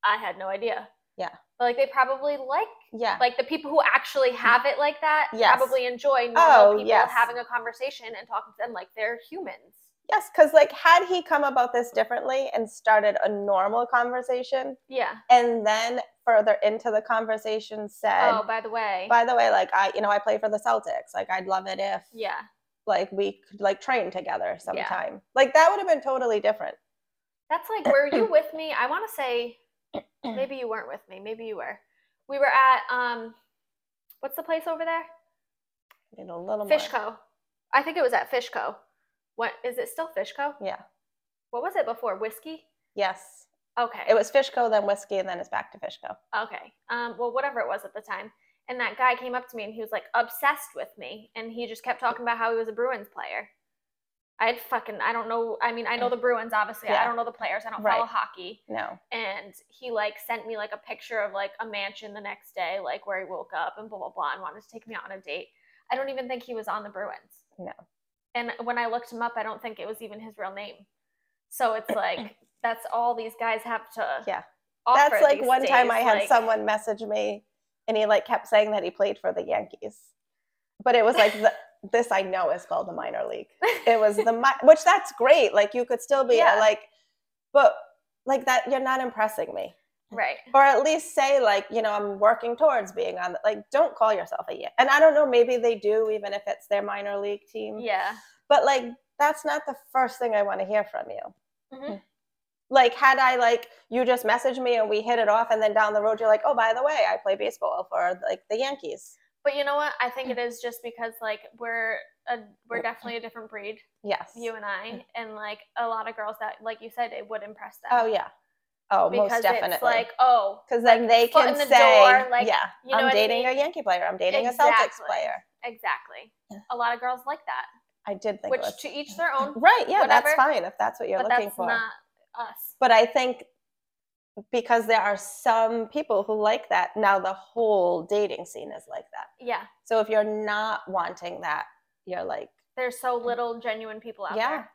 Speaker 4: "I had no idea."
Speaker 3: Yeah.
Speaker 4: But like they probably like
Speaker 3: yeah,
Speaker 4: like the people who actually have it like that
Speaker 3: Yes.
Speaker 4: probably enjoy normal
Speaker 3: Oh,
Speaker 4: people
Speaker 3: yes.
Speaker 4: having a conversation and talking to them like they're humans.
Speaker 3: yes. Because like, had he come about this differently and started a normal conversation,
Speaker 4: Yeah.
Speaker 3: and then further into the conversation said.
Speaker 4: oh, by the way.
Speaker 3: by the way, like I, you know, I play for the Celtics. Like I'd love it if
Speaker 4: yeah.
Speaker 3: like we could like train together sometime. Like that would have been totally different.
Speaker 4: That's like, were you with me? I want to say
Speaker 3: <clears throat>
Speaker 4: maybe you weren't with me. Maybe you were. We were at um, what's the place over there?
Speaker 3: You know, a little more.
Speaker 4: Fishco. I think it was at Fishco. What is it still Fishco?
Speaker 3: Yeah.
Speaker 4: What was it before? Whiskey?
Speaker 3: Yes.
Speaker 4: Okay.
Speaker 3: It was Fishco, then whiskey, and then it's back to Fishco.
Speaker 4: Okay. Um, well, whatever it was at the time. And that guy came up to me and he was like obsessed with me. And he just kept talking about how he was a Bruins player. I had fucking, I don't know. I mean, I know the Bruins, obviously. I
Speaker 3: Yeah.
Speaker 4: don't know the players. I don't follow
Speaker 3: Right.
Speaker 4: hockey.
Speaker 3: No.
Speaker 4: And he like sent me like a picture of like a mansion the next day, like where he woke up and blah, blah, blah, and wanted to take me out on a date. I don't even think he was on the Bruins.
Speaker 3: No.
Speaker 4: And when I looked him up, I don't think it was even his real name. So it's
Speaker 3: <laughs>
Speaker 4: like, that's all these guys have to.
Speaker 3: Yeah.
Speaker 4: offer
Speaker 3: That's like
Speaker 4: these
Speaker 3: one time
Speaker 4: days,
Speaker 3: I had
Speaker 4: like-
Speaker 3: someone message me and he like kept saying that he played for the Yankees. But it was like
Speaker 4: <laughs>
Speaker 3: the, this I know is called the minor league. It was the mi- which that's great. Like you could still be
Speaker 4: Yeah.
Speaker 3: like but like that you're not impressing me. <laughs>
Speaker 4: Right.
Speaker 3: or at least say like you know i'm working towards being on the, like don't call yourself a yan- and i don't know maybe they do even if it's their minor league team
Speaker 4: Yeah.
Speaker 3: but like that's not the first thing i want to hear from you
Speaker 4: Mhm.
Speaker 3: like had i like you just messaged me and we hit it off and then down the road you're like oh by the way i play baseball for like the yankees
Speaker 4: But you know what? I think it is just because like we're a, we're definitely a different breed,
Speaker 3: yes
Speaker 4: you and
Speaker 3: Mm.
Speaker 4: I, and like a lot of girls that like you said it would impress them.
Speaker 3: oh yeah oh
Speaker 4: because
Speaker 3: most definitely
Speaker 4: it's like oh
Speaker 3: because then they
Speaker 4: foot
Speaker 3: can
Speaker 4: in the
Speaker 3: say
Speaker 4: door, like,
Speaker 3: yeah
Speaker 4: you know
Speaker 3: i'm
Speaker 4: what I
Speaker 3: dating
Speaker 4: mean?
Speaker 3: a yankee player i'm dating a
Speaker 4: Exactly.
Speaker 3: celtics player
Speaker 4: exactly. A lot of girls like that,
Speaker 3: i did think it
Speaker 4: which
Speaker 3: was-
Speaker 4: to each their
Speaker 3: <laughs>
Speaker 4: own.
Speaker 3: right yeah that's
Speaker 4: whatever.
Speaker 3: fine if that's what you're
Speaker 4: but
Speaker 3: looking
Speaker 4: that's
Speaker 3: for
Speaker 4: not us.
Speaker 3: but I think because there are some people who like that, now the whole dating scene is like that.
Speaker 4: Yeah.
Speaker 3: So if you're not wanting that, you're like,
Speaker 4: There's so little genuine people out
Speaker 3: yeah.
Speaker 4: there.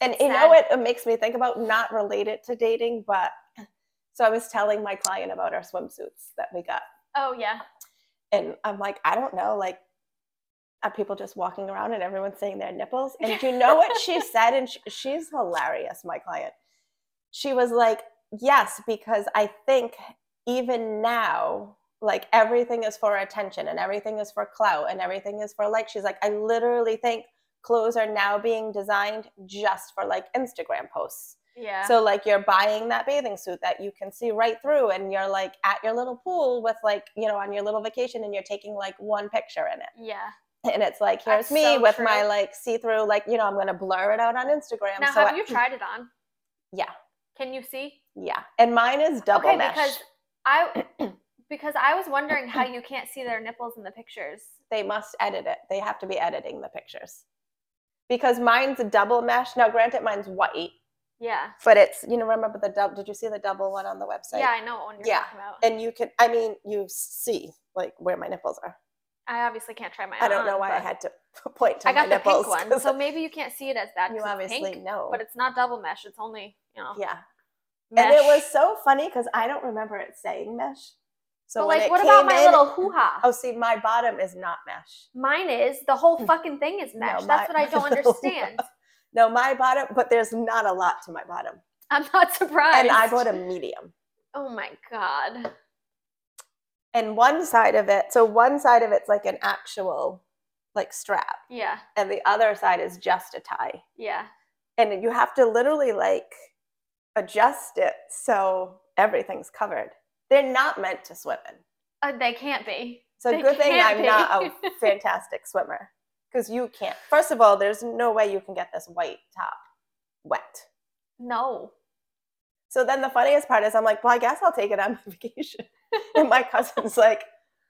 Speaker 3: And
Speaker 4: It's
Speaker 3: you know
Speaker 4: sad.
Speaker 3: what it makes me think about? Not related to dating, but so I was telling my client about our swimsuits that we got.
Speaker 4: Oh yeah.
Speaker 3: And I'm like, I don't know, like, are people just walking around and everyone's seeing their nipples? And do you know what she said? And she, she's hilarious, my client. She was like, Yes, because I think even now, like, everything is for attention and everything is for clout and everything is for like, she's like, I literally think clothes are now being designed just for like Instagram posts.
Speaker 4: Yeah.
Speaker 3: So like you're buying that bathing suit that you can see right through and you're like at your little pool with like, you know, on your little vacation and you're taking like one picture in it.
Speaker 4: yeah.
Speaker 3: And it's like, here's
Speaker 4: That's
Speaker 3: me
Speaker 4: so
Speaker 3: with my
Speaker 4: true.
Speaker 3: like see-through like, you know, I'm going to blur it out on Instagram.
Speaker 4: Now
Speaker 3: um, so
Speaker 4: have
Speaker 3: I-
Speaker 4: you tried it on?
Speaker 3: Yeah.
Speaker 4: Can you see?
Speaker 3: <laughs> yeah. And mine is double
Speaker 4: okay,
Speaker 3: mesh.
Speaker 4: because I because I was wondering how you can't see their nipples in the pictures.
Speaker 3: they must edit it. They have to be editing the pictures. because mine's a double mesh. Now, granted, mine's white,
Speaker 4: Yeah.
Speaker 3: but it's you know remember the double. Did you see the double one on the website?
Speaker 4: yeah, I know what one you're
Speaker 3: yeah.
Speaker 4: talking about.
Speaker 3: And you can, I mean, you see like where my nipples are.
Speaker 4: I obviously can't try my
Speaker 3: I don't know
Speaker 4: own,
Speaker 3: why I
Speaker 4: but-
Speaker 3: had to <laughs> point to
Speaker 4: I got the
Speaker 3: my nipples.
Speaker 4: pink one,
Speaker 3: 'cause
Speaker 4: so maybe you can't see it as that.
Speaker 3: <laughs> you
Speaker 4: 'cause it's
Speaker 3: obviously
Speaker 4: pink,
Speaker 3: know.
Speaker 4: but it's not double mesh. It's only you know.
Speaker 3: yeah.
Speaker 4: Mesh.
Speaker 3: And it was so funny because I don't remember it saying mesh. So
Speaker 4: but
Speaker 3: when
Speaker 4: like,
Speaker 3: it
Speaker 4: what about
Speaker 3: came
Speaker 4: my
Speaker 3: in-
Speaker 4: little hoo ha?
Speaker 3: <laughs> Oh, see, my bottom is not mesh.
Speaker 4: Mine is the
Speaker 3: <laughs>
Speaker 4: whole fucking thing is
Speaker 3: No,
Speaker 4: mesh.
Speaker 3: my-
Speaker 4: That's what I
Speaker 3: my
Speaker 4: don't
Speaker 3: little-
Speaker 4: understand.
Speaker 3: No, my bottom, but there's not a lot to my bottom.
Speaker 4: I'm not surprised.
Speaker 3: <laughs> And I bought a medium.
Speaker 4: Oh my god.
Speaker 3: And one side of it, so one side of it's like an actual like strap,
Speaker 4: Yeah.
Speaker 3: and the other side is just a tie.
Speaker 4: Yeah.
Speaker 3: And you have to literally like adjust it so everything's covered. They're not meant to swim in.
Speaker 4: Uh, they can't be.
Speaker 3: So
Speaker 4: They
Speaker 3: good thing
Speaker 4: can't
Speaker 3: I'm not
Speaker 4: be. <laughs>
Speaker 3: a fantastic swimmer because you can't. First of all, there's no way you can get this white top wet.
Speaker 4: No.
Speaker 3: So then the funniest part is I'm like, well, I guess I'll take it on <laughs> my vacation. and my cousin's like,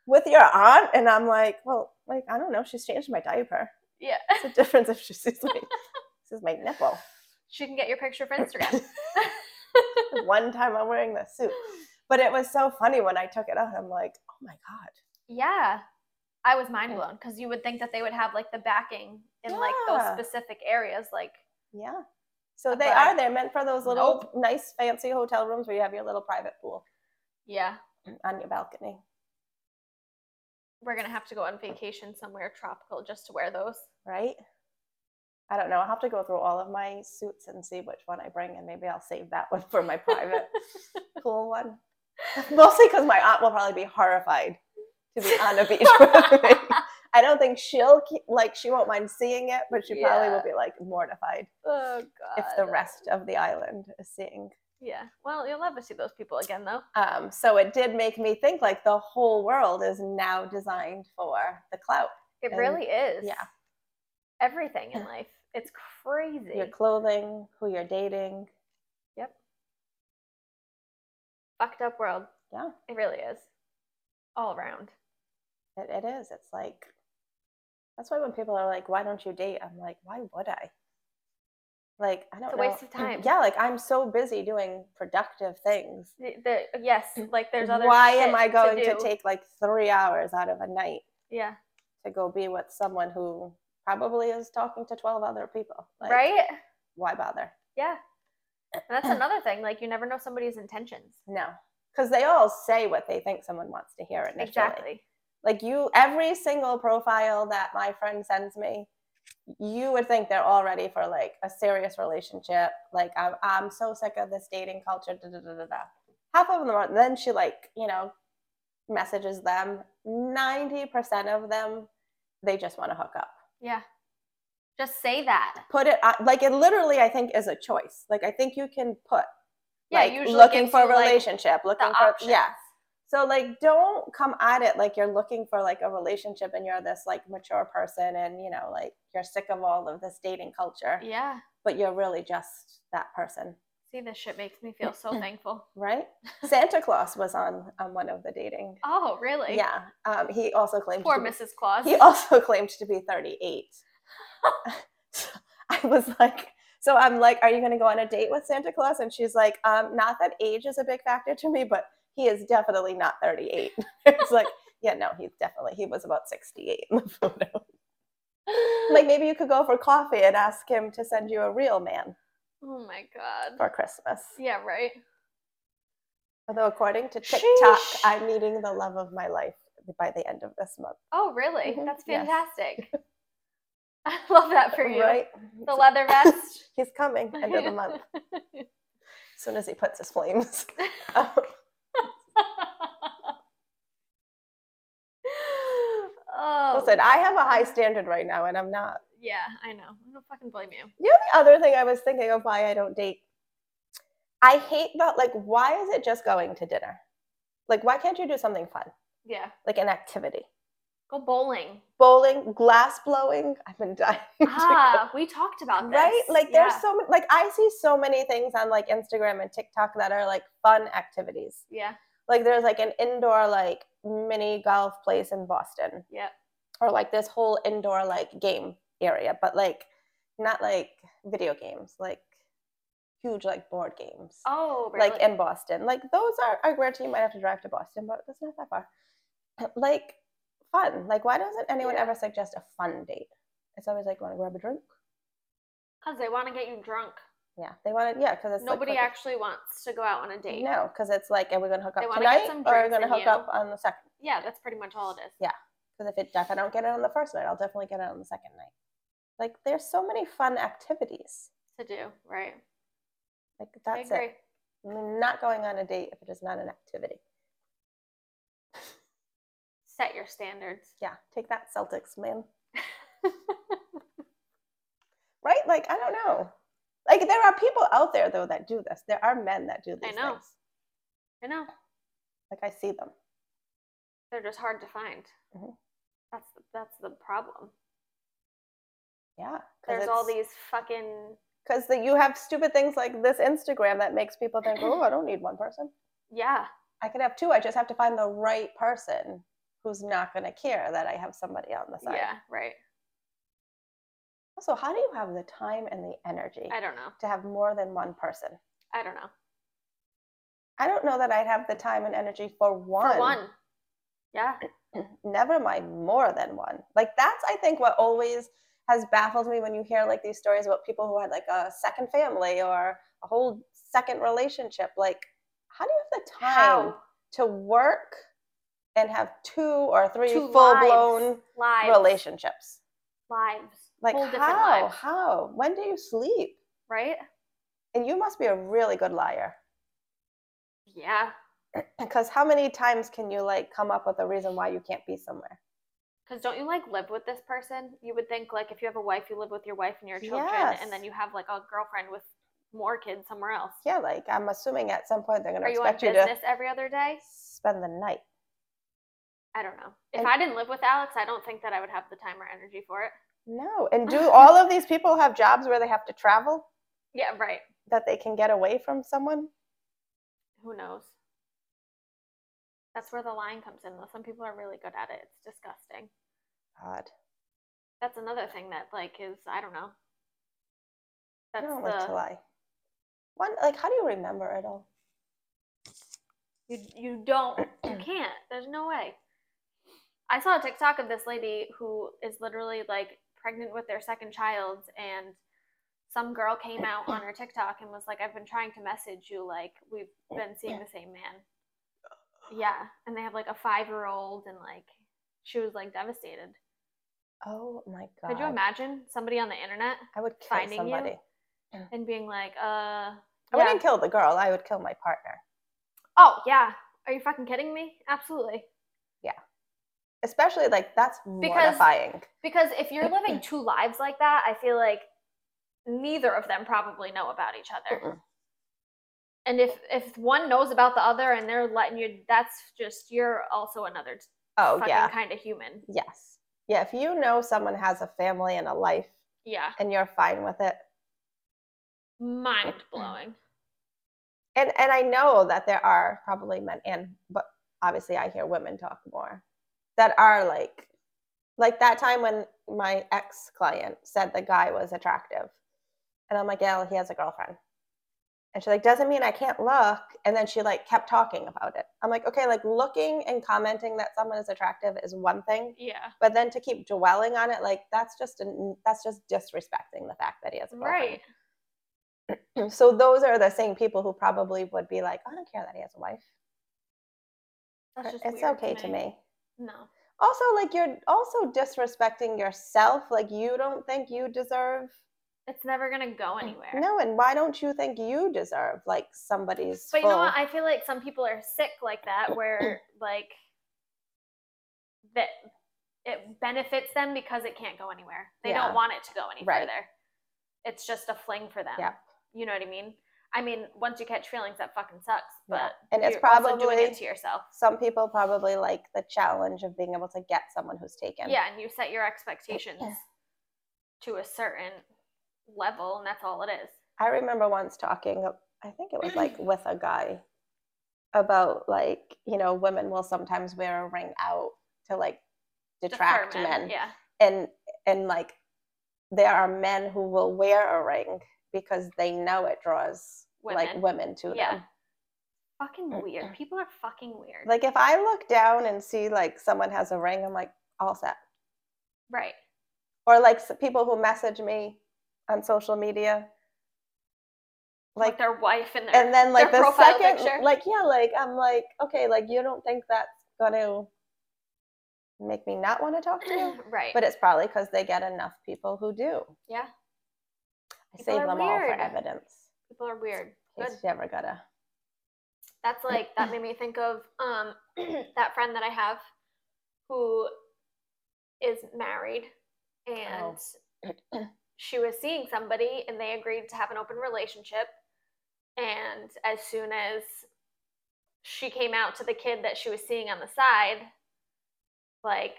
Speaker 3: with your aunt? And I'm like, well, like, I don't know. She's changed my diaper.
Speaker 4: Yeah.
Speaker 3: It's a difference if she sees my, sees my nipple.
Speaker 4: She can get your picture
Speaker 3: <laughs>
Speaker 4: for Instagram.
Speaker 3: One time I'm wearing this suit. But it was so funny when I took it out. I'm like, oh my God.
Speaker 4: yeah. I was mind blown because you would think that they would have like the backing in like those
Speaker 3: Yeah.
Speaker 4: specific areas, like
Speaker 3: Yeah. So they
Speaker 4: But-
Speaker 3: are. They're meant for those little nice fancy hotel rooms where you have your little private pool
Speaker 4: yeah.
Speaker 3: on your balcony.
Speaker 4: We're gonna have to go on vacation somewhere tropical just to wear those.
Speaker 3: right? I don't know. I'll have to go through all of my suits and see which one I bring, and maybe I'll save that one for my private pool one. Mostly because my aunt will probably be horrified to be on a beach with me. I don't think she'll ke- like. She won't mind seeing it, but she probably will be like mortified
Speaker 4: Oh god.
Speaker 3: if the rest of the island is seeing.
Speaker 4: Yeah. Well, you'll never see those people again though.
Speaker 3: Um, so it did make me think like the whole world is now designed for the clout.
Speaker 4: It
Speaker 3: And-
Speaker 4: really is.
Speaker 3: yeah.
Speaker 4: Everything in life. It's crazy.
Speaker 3: Your clothing, who you're dating,
Speaker 4: Fucked up world.
Speaker 3: Yeah.
Speaker 4: It really is. All around.
Speaker 3: It, it is. It's like that's why when people are like, "Why don't you date?" I'm like, "Why would I?" Like I don't.
Speaker 4: It's a
Speaker 3: know.
Speaker 4: waste of time.
Speaker 3: Yeah, like I'm so busy doing productive things.
Speaker 4: The, the, yes, like there's other
Speaker 3: Mm. Why am
Speaker 4: shit
Speaker 3: I going to,
Speaker 4: do.
Speaker 3: take like three hours out of a night
Speaker 4: Yeah.
Speaker 3: to go be with someone who probably is talking to twelve other people? Like,
Speaker 4: right?
Speaker 3: <clears throat> Why bother?
Speaker 4: Yeah. And that's another thing. Like you never know somebody's intentions.
Speaker 3: No, because they all say what they think someone wants to hear initially.
Speaker 4: Exactly.
Speaker 3: Like you, every single profile that my friend sends me, you would think they're all ready for like a serious relationship. Like I'm, I'm so sick of this dating culture. Da, da, da, da, da. Half of them are. Then she like you know messages them. Ninety percent of them, they just want to hook up.
Speaker 4: Yeah. Just say that.
Speaker 3: Put it on- like it literally. I think is a choice. Like I think you can put
Speaker 4: Yeah.
Speaker 3: like
Speaker 4: usually
Speaker 3: looking
Speaker 4: gives
Speaker 3: for a
Speaker 4: you, like,
Speaker 3: relationship,
Speaker 4: the
Speaker 3: looking for
Speaker 4: options.
Speaker 3: yeah. So like don't come at it like you're looking for like a relationship and you're this like mature person and you know like you're sick of all of this dating culture,
Speaker 4: Yeah.
Speaker 3: but you're really just that person,
Speaker 4: See, this shit makes me feel
Speaker 3: <laughs>
Speaker 4: so thankful.
Speaker 3: right? Santa Claus was on on one of the
Speaker 4: <laughs>
Speaker 3: dating.
Speaker 4: Oh, really?
Speaker 3: yeah. Um, he also claimed
Speaker 4: Poor
Speaker 3: to be-
Speaker 4: Mrs. Claus.
Speaker 3: he <laughs> also claimed to be 38. So <laughs> I was like so I'm like, are you going to go on a date with Santa Claus? And she's like, um, not that age is a big factor to me, but he is definitely not <laughs> 38. it's like, yeah, no, he's definitely, he was about 68 in the <laughs> photo. Like, maybe you could go for coffee and ask him to send you a real man
Speaker 4: <laughs> oh my god.
Speaker 3: for Christmas.
Speaker 4: Yeah, right.
Speaker 3: Although, according to TikTok,
Speaker 4: Sheesh.
Speaker 3: I'm meeting the love of my life by the end of this month.
Speaker 4: Oh, really?
Speaker 3: Mhm,
Speaker 4: That's
Speaker 3: yes.
Speaker 4: fantastic.
Speaker 3: <laughs>
Speaker 4: I love that for you.
Speaker 3: Right?
Speaker 4: The leather vest.
Speaker 3: <laughs>
Speaker 4: <laughs>
Speaker 3: He's coming end of the month. as soon as he puts
Speaker 4: <laughs>
Speaker 3: his flames. <laughs> out.
Speaker 4: oh.
Speaker 3: Listen, I have a high standard right now, and I'm not.
Speaker 4: Yeah, I know. I don't fucking blame you.
Speaker 3: You know, the other thing I was thinking of why I don't date. I hate that. Like, why is it just going to dinner? Like, why can't you do something fun,
Speaker 4: Yeah.
Speaker 3: like an activity?
Speaker 4: Go
Speaker 3: <laughs>
Speaker 4: bowling.
Speaker 3: Bowling, glass blowing. <laughs> I've been dying. to go-
Speaker 4: Ah, we talked about this.
Speaker 3: Right? Like, there's
Speaker 4: Yeah.
Speaker 3: so many. Like, I see so many things on like Instagram and TikTok that are like fun activities.
Speaker 4: Yeah.
Speaker 3: Like, there's like an indoor like mini golf place in Boston.
Speaker 4: Yep.
Speaker 3: or like this whole indoor like game area but like not like video games, like huge like board games.
Speaker 4: Oh, really?
Speaker 3: Like in Boston. Like those are I grant you you might have to drive to Boston, but that's not that far. <clears throat> Like fun. Like why doesn't anyone
Speaker 4: Yeah.
Speaker 3: ever suggest a fun date? It's always like want to grab a drink.
Speaker 4: Because they want to get you drunk.
Speaker 3: Yeah, they want to. Yeah, because it's like,
Speaker 4: Nobody
Speaker 3: fucking-
Speaker 4: actually wants to go out on a date.
Speaker 3: No, because it's like, are we gonna hook
Speaker 4: They
Speaker 3: up
Speaker 4: wanna get
Speaker 3: tonight,
Speaker 4: some
Speaker 3: or are we
Speaker 4: drinks
Speaker 3: gonna
Speaker 4: in
Speaker 3: hook
Speaker 4: you.
Speaker 3: up on the second?
Speaker 4: Yeah, that's pretty much all it is.
Speaker 3: Because if it if I don't get it on the first night, I'll definitely get it on the second night. Like there's so many fun activities.
Speaker 4: to do, right?
Speaker 3: Like
Speaker 4: I
Speaker 3: that's
Speaker 4: agree.
Speaker 3: it. I'm not going on a date if it is not an activity.
Speaker 4: Set your standards.
Speaker 3: Yeah, take that
Speaker 4: <laughs>
Speaker 3: Celtics, man. Right? Like I don't know. Like there are people out there though that do this. There are men that do these
Speaker 4: know.
Speaker 3: things.
Speaker 4: I know
Speaker 3: Like I see them.
Speaker 4: they're just hard to find.
Speaker 3: Mhm.
Speaker 4: That's that's the problem.
Speaker 3: Yeah. 'cause
Speaker 4: There's all
Speaker 3: it's-
Speaker 4: these fucking
Speaker 3: because the, you have stupid things like this Instagram that makes people think, oh, I don't need one person.
Speaker 4: yeah.
Speaker 3: I could have two. I just have to find the right person who's not going to care that I have somebody on the side.
Speaker 4: Yeah, right.
Speaker 3: Also, how do you have the time and the energy
Speaker 4: I don't know.
Speaker 3: to have more than one person?
Speaker 4: I don't know.
Speaker 3: I don't know that I'd have the time and energy for one.
Speaker 4: For one. Yeah.
Speaker 3: Never mind more than one. Like that's I think what always has baffled me when you hear like these stories about people who had like a second family or a whole second relationship. Like, how do you have the time?
Speaker 4: How?
Speaker 3: to work and have two or three
Speaker 4: Two
Speaker 3: full blown
Speaker 4: lives.
Speaker 3: relationships.
Speaker 4: Lives.
Speaker 3: Like
Speaker 4: Whole different
Speaker 3: how?
Speaker 4: lives.
Speaker 3: How? When do you sleep?
Speaker 4: Right?
Speaker 3: And you must be a really good liar. <clears throat>
Speaker 4: Yeah.
Speaker 3: Because how many times can you like come up with a reason why you can't be somewhere?
Speaker 4: Because don't you like live with this person? You would think like if you have a wife, you live with your wife and your children,
Speaker 3: Yes.
Speaker 4: and then you have like a girlfriend with more kids somewhere else.
Speaker 3: Yeah, like I'm assuming at some point they're gonna
Speaker 4: Are you on
Speaker 3: expect you,
Speaker 4: business
Speaker 3: to
Speaker 4: every other day?
Speaker 3: spend the night.
Speaker 4: I don't know. If
Speaker 3: And-
Speaker 4: I didn't live with Alex, I don't think that I would have the time or energy for it.
Speaker 3: No.
Speaker 4: <laughs>
Speaker 3: And do all of these people have jobs where they have to travel
Speaker 4: Yeah, right.
Speaker 3: that they can get away from someone?
Speaker 4: Who knows? That's where the line comes in, though. Some people are really good at it. It's disgusting.
Speaker 3: God.
Speaker 4: That's another thing that, like, is I don't know. That's
Speaker 3: I don't like to
Speaker 4: the
Speaker 3: lie. One like how do you remember it all?
Speaker 4: you, you don't you can't. There's no way. I saw a TikTok of this lady who is literally like pregnant with their second child, and some girl came out on her TikTok and was like, "I've been trying to message you. Like, we've been seeing the same man." Yeah, and they have like a five-year-old, and like she was like devastated.
Speaker 3: <clears throat> Oh my god.
Speaker 4: Could you imagine somebody on the internet
Speaker 3: I would kill
Speaker 4: finding you?
Speaker 3: somebody.
Speaker 4: and being like, "Uh,
Speaker 3: I
Speaker 4: yeah.
Speaker 3: wouldn't kill the girl. I would kill my partner,
Speaker 4: oh yeah, are you fucking kidding me? Absolutely."
Speaker 3: especially like that's
Speaker 4: Because-
Speaker 3: mortifying.
Speaker 4: Because if you're living two lives like that, I feel like neither of them probably know about each other.
Speaker 3: Mm-mm.
Speaker 4: And if if one knows about the other and they're letting you, that's just you're also another t-
Speaker 3: Oh
Speaker 4: fucking
Speaker 3: yeah,
Speaker 4: kind of human.
Speaker 3: yes, yeah. If you know someone has a family and a life,
Speaker 4: Yeah,
Speaker 3: and you're fine with it,
Speaker 4: mind blowing.
Speaker 3: and and I know that there are probably men and but obviously I hear women talk more that are like like that time when my ex client said the guy was attractive and I'm like yeah he has a girlfriend and she's like doesn't mean I can't look and then she like kept talking about it I'm like okay like looking and commenting that someone is attractive is one thing
Speaker 4: Yeah,
Speaker 3: but then to keep dwelling on it like that's just an, that's just disrespecting the fact that he has a girlfriend
Speaker 4: right.
Speaker 3: so those are the same people who probably would be like, I don't care that he has a wife.
Speaker 4: That's just
Speaker 3: it's
Speaker 4: weird
Speaker 3: okay to me.
Speaker 4: No,
Speaker 3: Also, like you're also disrespecting yourself. Like you don't think you deserve.
Speaker 4: it's never gonna go anywhere.
Speaker 3: Mm. No, and why don't you think you deserve like somebody's?
Speaker 4: But you know what?
Speaker 3: full-
Speaker 4: I feel like some people are sick like
Speaker 3: <coughs>
Speaker 4: that, where like that it benefits them because it can't go anywhere. They
Speaker 3: Yeah.
Speaker 4: don't want it to go any
Speaker 3: Right.
Speaker 4: further. It's just a fling for them.
Speaker 3: Yeah.
Speaker 4: You know what I mean? I mean, once you catch feelings, that fucking sucks. But
Speaker 3: Yeah. and it's
Speaker 4: you're also
Speaker 3: probably
Speaker 4: doing it to yourself.
Speaker 3: some people probably like the challenge of being able to get someone who's taken.
Speaker 4: Yeah, and you set your expectations to a certain level, and that's all it is.
Speaker 3: I remember once talking, I think
Speaker 4: Mm.
Speaker 3: it was like with a guy, about like, you know, women will sometimes wear a ring out to like
Speaker 4: Defer
Speaker 3: detract men.
Speaker 4: Yeah.
Speaker 3: And and like there are men who will wear a ring because they know it draws like
Speaker 4: Women.
Speaker 3: women to
Speaker 4: yeah.
Speaker 3: them.
Speaker 4: Fucking weird. People are fucking weird.
Speaker 3: Like if I look down and see like someone has a ring, I'm like all set.
Speaker 4: right.
Speaker 3: Or like s people who message me on social media,
Speaker 4: Like
Speaker 3: like
Speaker 4: their wife and their
Speaker 3: and then like
Speaker 4: their
Speaker 3: the
Speaker 4: profile
Speaker 3: second,
Speaker 4: picture.
Speaker 3: like yeah, like I'm like okay, like you don't think that's gonna make me not want to talk to you,
Speaker 4: <clears throat> right.
Speaker 3: but it's probably because they get enough people who do.
Speaker 4: yeah.
Speaker 3: I
Speaker 4: People
Speaker 3: save
Speaker 4: are
Speaker 3: them all for
Speaker 4: weird.
Speaker 3: evidence.
Speaker 4: People are weird.
Speaker 3: In
Speaker 4: Good.
Speaker 3: case you ever gotta.
Speaker 4: That's like that made me think of um <clears throat> that friend that I have who is married
Speaker 3: Oh.
Speaker 4: and she was seeing somebody and they agreed to have an open relationship and as soon as she came out to the kid that she was seeing on the side like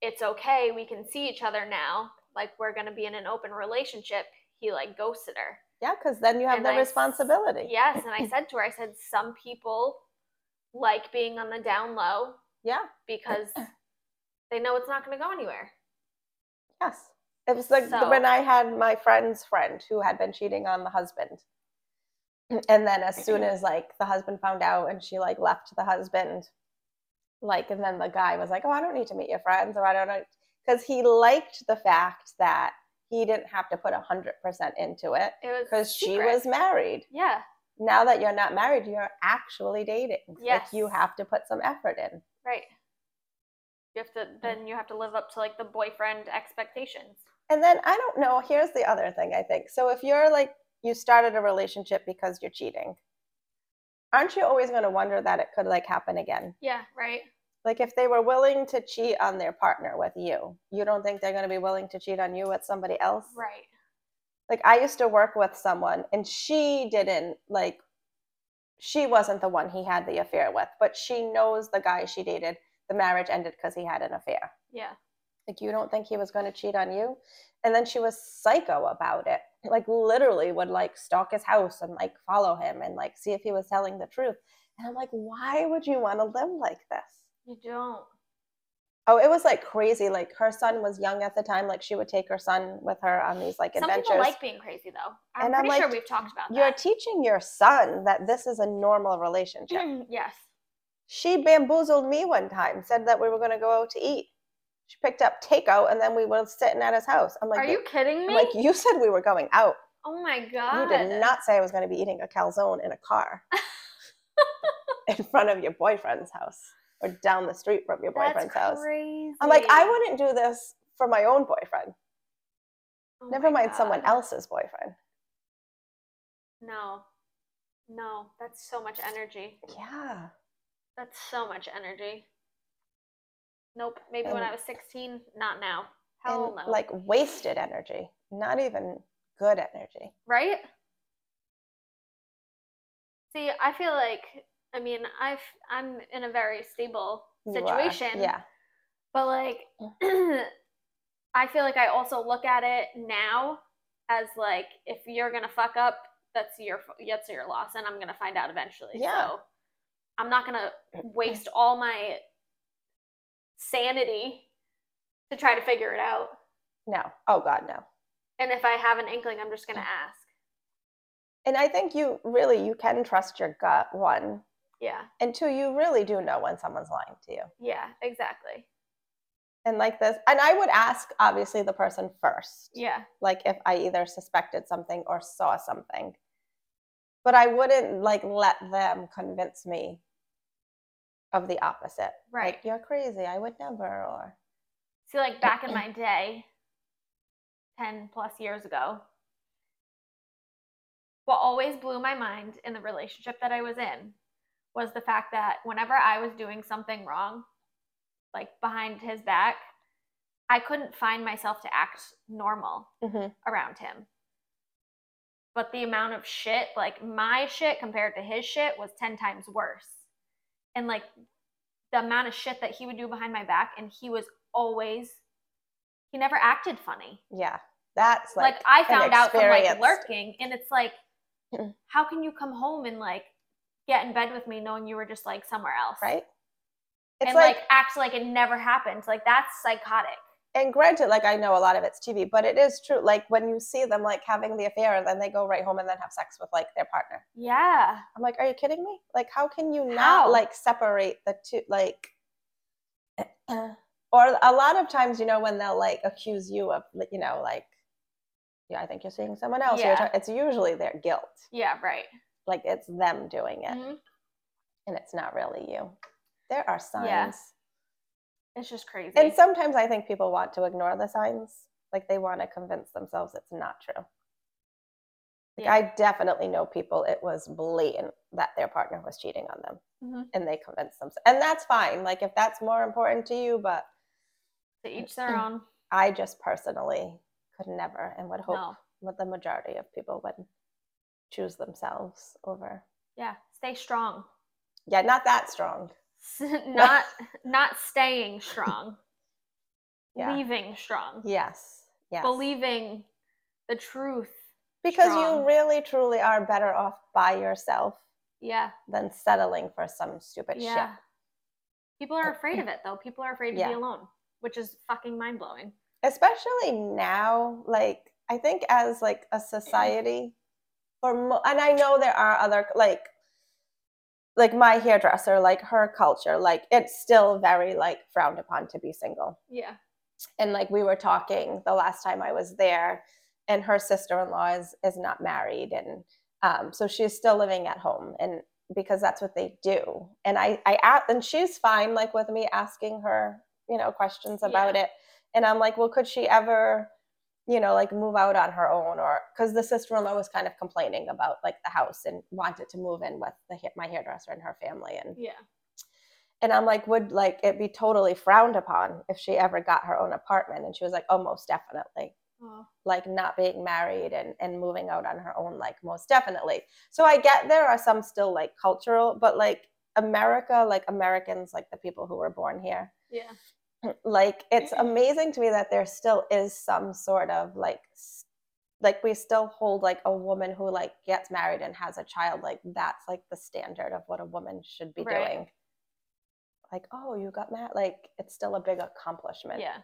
Speaker 4: it's okay we can see each other now like we're going to be in an open relationship he like ghosted her
Speaker 3: Yeah, because then you have
Speaker 4: And
Speaker 3: the
Speaker 4: I s-
Speaker 3: responsibility.
Speaker 4: Yes,
Speaker 3: <laughs>
Speaker 4: and I said to her, I said, some people like being on the down low
Speaker 3: Yeah.
Speaker 4: because they know it's not going to go anywhere.
Speaker 3: Yes. It was like
Speaker 4: So-
Speaker 3: when I had my friend's friend who had been cheating on the husband. <clears throat> And then as soon as like the husband found out and she like left the husband, like and then the guy was like, Oh, I don't need to meet your friends or I don't know because he liked the fact that he didn't have to put a hundred percent into it
Speaker 4: It was
Speaker 3: because she
Speaker 4: secret.
Speaker 3: was married.
Speaker 4: Yeah,
Speaker 3: Now that you're not married, you're actually dating.
Speaker 4: Yes.
Speaker 3: Like you have to put some effort in.
Speaker 4: right. You have to then you have to live up to like the boyfriend expectations.
Speaker 3: And then I don't know. Here's the other thing I think. So if you're like, you started a relationship because you're cheating, aren't you always going to wonder that it could like happen again?
Speaker 4: Yeah, right.
Speaker 3: Like if they were willing to cheat on their partner with you, you don't think they're going to be willing to cheat on you with somebody else?
Speaker 4: Right.
Speaker 3: Like I used to work with someone and she didn't like, she wasn't the one he had the affair with, but she knows the guy she dated. The marriage ended because he had an affair.
Speaker 4: Yeah.
Speaker 3: Like, you don't think he was going to cheat on you? And then she was psycho about it. <laughs> Like, literally would like stalk his house and like follow him and like see if he was telling the truth. And I'm like, why would you want to live like this?
Speaker 4: You don't.
Speaker 3: Oh, it was like crazy. Like, her son was young at the time. Like, she would take her son with her on these like
Speaker 4: Some
Speaker 3: adventures.
Speaker 4: people like being crazy though. I'm
Speaker 3: And I'm
Speaker 4: pretty sure
Speaker 3: like,
Speaker 4: we've talked about
Speaker 3: You're
Speaker 4: that.
Speaker 3: teaching your son that this is a normal relationship.
Speaker 4: Mm-hmm. yes.
Speaker 3: She bamboozled me one time, said that we were going to go out to eat. She picked up takeout and then we were sitting at his house. I'm like,
Speaker 4: Are you kidding
Speaker 3: I'm
Speaker 4: me?
Speaker 3: like, you said we were going out.
Speaker 4: oh my god.
Speaker 3: You did not say I was going to be eating a calzone in a
Speaker 4: <laughs>
Speaker 3: car in front of your boyfriend's house or down the street from your boyfriend's
Speaker 4: That's
Speaker 3: house.
Speaker 4: crazy.
Speaker 3: I'm like, I wouldn't do this for my own boyfriend.
Speaker 4: Oh
Speaker 3: Never
Speaker 4: my
Speaker 3: mind someone
Speaker 4: God.
Speaker 3: else's boyfriend.
Speaker 4: No. No, that's so much energy.
Speaker 3: Yeah.
Speaker 4: That's so much energy. Nope. Maybe when I
Speaker 3: And-
Speaker 4: was 16, not now. Hell
Speaker 3: and
Speaker 4: no.
Speaker 3: like wasted energy, not even good energy.
Speaker 4: right? See, I feel like I mean, I've I'm in a very stable
Speaker 3: You are.
Speaker 4: situation.
Speaker 3: Yeah.
Speaker 4: But like <clears throat> I feel like I also look at it now as like if you're going to fuck up, that's your f- that's your loss and I'm going to find out eventually.
Speaker 3: Yeah.
Speaker 4: So I'm not
Speaker 3: <clears throat>
Speaker 4: going to waste all my sanity to try to figure it out.
Speaker 3: No. Oh, God, no.
Speaker 4: And if I have an inkling, I'm just going to ask.
Speaker 3: And I think you really, you can trust your gut, one.
Speaker 4: Yeah.
Speaker 3: And two, you really do know when someone's lying to you.
Speaker 4: Yeah, exactly.
Speaker 3: And like this, and I would ask obviously the person first.
Speaker 4: Yeah.
Speaker 3: like if I either suspected something or saw something. But I wouldn't like let them convince me of the opposite.
Speaker 4: Right.
Speaker 3: Like you're crazy. I would never or
Speaker 4: See, like back in my day, 10 plus years ago, what always blew my mind in the relationship that I was in was the fact that whenever I was doing something wrong, like behind his back, I couldn't find myself to act normal
Speaker 3: Mhm.
Speaker 4: around him. But the amount of shit, like my shit compared to his shit, was 10 times worse. And like the amount of shit that he would do behind my back, and he was always, he never acted funny.
Speaker 3: yeah. That's
Speaker 4: Like,
Speaker 3: like,
Speaker 4: I
Speaker 3: an
Speaker 4: found out from like
Speaker 3: experience.
Speaker 4: lurking, and it's like,
Speaker 3: Mm.
Speaker 4: how can you come home and like get in bed with me knowing you were just like somewhere else?
Speaker 3: right? It's
Speaker 4: and
Speaker 3: like,
Speaker 4: like act like it never happened. Like that's psychotic.
Speaker 3: and granted, like I know a lot of it's TV, but it is true. Like when you see them like having the affair and then they go right home and then have sex with like their partner.
Speaker 4: Yeah.
Speaker 3: I'm like, are you kidding me? Like, how can you not
Speaker 4: How?
Speaker 3: like separate the two?
Speaker 4: <clears throat>
Speaker 3: Like, or a lot of times, you know, when they'll like accuse you of, like, you know, like, yeah, I think you're seeing someone else. You're
Speaker 4: Yeah.
Speaker 3: ta- it's usually their guilt.
Speaker 4: Yeah, right.
Speaker 3: Like it's them doing it,
Speaker 4: Mhm.
Speaker 3: and it's not really you. There are signs,
Speaker 4: Yeah. It's just crazy.
Speaker 3: and sometimes I think people want to ignore the signs. Like they want to convince themselves it's not true. Like
Speaker 4: Yeah.
Speaker 3: I definitely know people. It was blatant that their partner was cheating on them.
Speaker 4: Mhm.
Speaker 3: and they convince themselves and that's fine like if that's more important to you but
Speaker 4: To each their own.
Speaker 3: i just personally could never and would hope
Speaker 4: No.
Speaker 3: that the majority of people would choose themselves over
Speaker 4: Yeah. Stay
Speaker 3: <laughs>
Speaker 4: strong. <laughs>
Speaker 3: yeah not that strong
Speaker 4: not not staying strong.
Speaker 3: <laughs> Yeah.
Speaker 4: Leaving strong.
Speaker 3: yes yes
Speaker 4: Believing the truth.
Speaker 3: because
Speaker 4: strong.
Speaker 3: you really truly are better off by yourself
Speaker 4: Yeah.
Speaker 3: than settling for some stupid
Speaker 4: yeah.
Speaker 3: shit
Speaker 4: People are afraid of it though. People are afraid to be
Speaker 3: Yeah.
Speaker 4: alone, which is fucking mind blowing.
Speaker 3: especially now like i think as like a society for mo- and i know there are other like like my hairdresser like her culture like it's still very like frowned upon to be single
Speaker 4: Yeah.
Speaker 3: and like we were talking the last time i was there and her sister-in-law is is not married and um, so she's still living at home and because that's what they do and i i a- and she's fine like with me asking her you know questions about it and i'm like well could she ever you know like move out on her own or because the sister-in-law was kind of complaining about like the house and wanted to move in with the, ha- my hairdresser and her family and
Speaker 4: Yeah.
Speaker 3: and I'm like, would like it be totally frowned upon if she ever got her own apartment? And she was like, oh, most definitely.
Speaker 4: Oh.
Speaker 3: Like not being married and, and moving out on her own, like most definitely. So I get there are some still like cultural, but like America, like Americans, like the people who were born here,
Speaker 4: Yeah.
Speaker 3: like it's
Speaker 4: Mm-hmm.
Speaker 3: amazing to me that there still is some sort of like, s- like we still hold like a woman who like gets married and has a child, like that's like the standard of what a woman should be
Speaker 4: Right.
Speaker 3: doing like oh you got married like it's still a big accomplishment
Speaker 4: Yeah.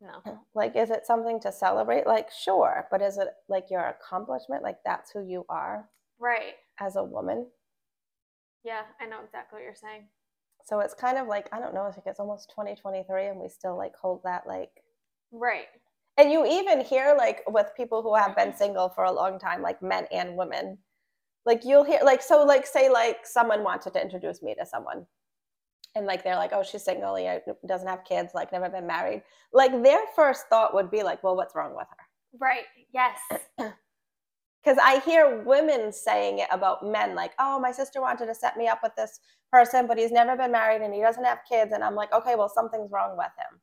Speaker 4: No.
Speaker 3: <laughs> like is it something to celebrate like sure but is it like your accomplishment like that's who you are
Speaker 4: Right.
Speaker 3: as a woman
Speaker 4: Yeah, I know exactly what you're saying.
Speaker 3: so it's kind of like i don't know it's like it's almost 2023 and we still like hold that like
Speaker 4: Right.
Speaker 3: and you even hear like with people who have been single for a long time like men and women like you'll hear like so like say like someone wanted to introduce me to someone and like they're like oh she's single yeah, doesn't have kids like never been married like their first thought would be like well what's wrong with her
Speaker 4: Right. Yes.
Speaker 3: because i hear women saying it about men like oh my sister wanted to set me up with this person but he's never been married and he doesn't have kids and i'm like okay well something's wrong with him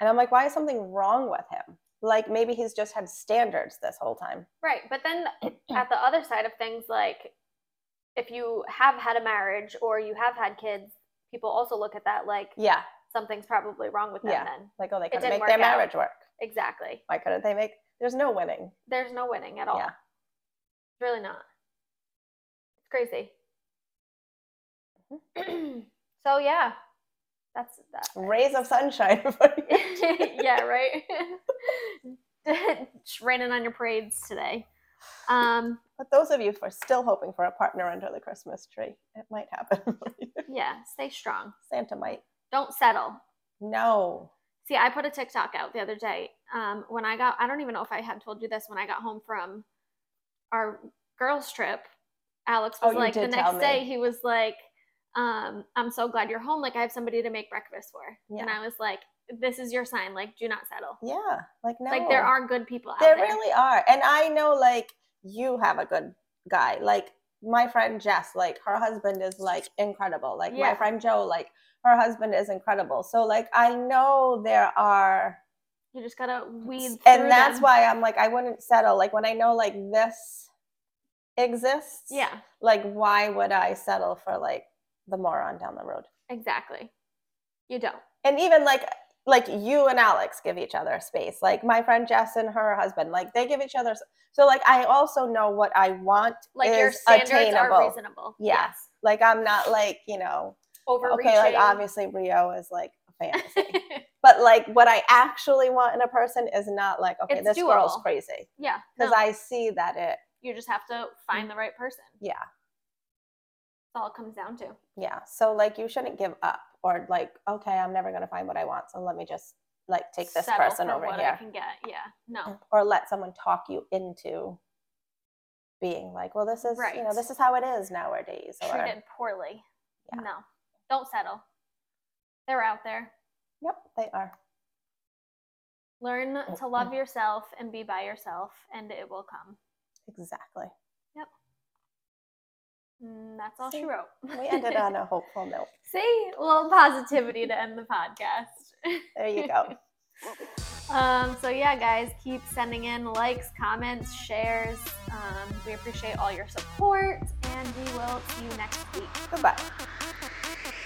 Speaker 3: and i'm like why is something wrong with him like maybe he's just had standards this whole time
Speaker 4: Right. But
Speaker 3: <clears throat>
Speaker 4: then at the other side of things, like if you have had a marriage or you have had kids, people also look at that like
Speaker 3: yeah
Speaker 4: something's probably wrong with them
Speaker 3: Yeah.
Speaker 4: then.
Speaker 3: like oh they couldn't
Speaker 4: didn't
Speaker 3: make
Speaker 4: work
Speaker 3: their
Speaker 4: out.
Speaker 3: marriage work
Speaker 4: Exactly.
Speaker 3: why couldn't they make there's no winning
Speaker 4: There's no winning at all.
Speaker 3: Yeah.
Speaker 4: Really not. It's crazy.
Speaker 3: Mm-hmm.
Speaker 4: <clears throat> so yeah. That's that. <laughs>
Speaker 3: rays of sunshine <laughs> for you.
Speaker 4: yeah, right. <laughs> it's raining on your parades today. Um,
Speaker 3: but those of you who are still hoping for a partner under the christmas tree it might happen <laughs> for you.
Speaker 4: yeah, stay strong.
Speaker 3: santa might
Speaker 4: Don't settle.
Speaker 3: no
Speaker 4: See, I put a TikTok out the other day. Um, when I got, I don't even know if I had told you this. When I got home from our girls' trip, Alex
Speaker 3: Oh,
Speaker 4: was
Speaker 3: you
Speaker 4: like, the
Speaker 3: did tell
Speaker 4: next day,
Speaker 3: me.
Speaker 4: he was like, um, I'm so glad you're home. Like, I have somebody to make breakfast for. And
Speaker 3: Yeah.
Speaker 4: I was like, this is your sign. Like, do not settle.
Speaker 3: yeah like no
Speaker 4: Like, there are good people out
Speaker 3: There
Speaker 4: there.
Speaker 3: really are. And I know like you have a good guy. Like my friend Jess, like her husband is like incredible. Like my
Speaker 4: Yeah.
Speaker 3: friend Joe, like her husband is incredible. So like I know there are
Speaker 4: You just gotta weed through
Speaker 3: and that's
Speaker 4: them.
Speaker 3: why I'm like I wouldn't settle. Like when I know like this exists,
Speaker 4: Yeah,
Speaker 3: like why would I settle for like the moron down the road?
Speaker 4: exactly. You don't.
Speaker 3: and even like like you and Alex give each other space. Like my friend Jess and her husband, like they give each other. s- So like I also know what I want
Speaker 4: Like,
Speaker 3: is
Speaker 4: your standards
Speaker 3: attainable.
Speaker 4: are reasonable.
Speaker 3: Yeah. Like I'm not like you know
Speaker 4: Overreaching.
Speaker 3: okay. Like obviously Rio is like a fantasy, But like what I actually want in a person is not like, okay,
Speaker 4: It's
Speaker 3: this girl's
Speaker 4: doable.
Speaker 3: crazy.
Speaker 4: <laughs> Yeah.
Speaker 3: Because
Speaker 4: no,
Speaker 3: I see that it,
Speaker 4: you just have to find the right person.
Speaker 3: Mm. yeah,
Speaker 4: That's all it comes down to.
Speaker 3: yeah. So like you shouldn't give up or like, okay, I'm never going to find what I want. So let me just like take this
Speaker 4: Settle
Speaker 3: person
Speaker 4: for
Speaker 3: over
Speaker 4: what I
Speaker 3: here.
Speaker 4: can get. Yeah. No.
Speaker 3: Or let someone talk you into being like, well, this is, you know,
Speaker 4: Right.
Speaker 3: this is how it is nowadays. Or,
Speaker 4: Treat it poorly.
Speaker 3: Yeah.
Speaker 4: No. Don't settle. They're out there.
Speaker 3: Yep, they are.
Speaker 4: Learn
Speaker 3: Mm.
Speaker 4: to love yourself and be by yourself, and it will come.
Speaker 3: Exactly.
Speaker 4: Mm, that's all she
Speaker 3: See?
Speaker 4: wrote. <laughs>
Speaker 3: We ended on a hopeful note.
Speaker 4: See, a little positivity to end the podcast. <laughs>
Speaker 3: There you go.
Speaker 4: Um, so yeah, guys, keep sending in likes, comments, shares. Um, we appreciate all your support, and we will see you next week.
Speaker 3: Goodbye.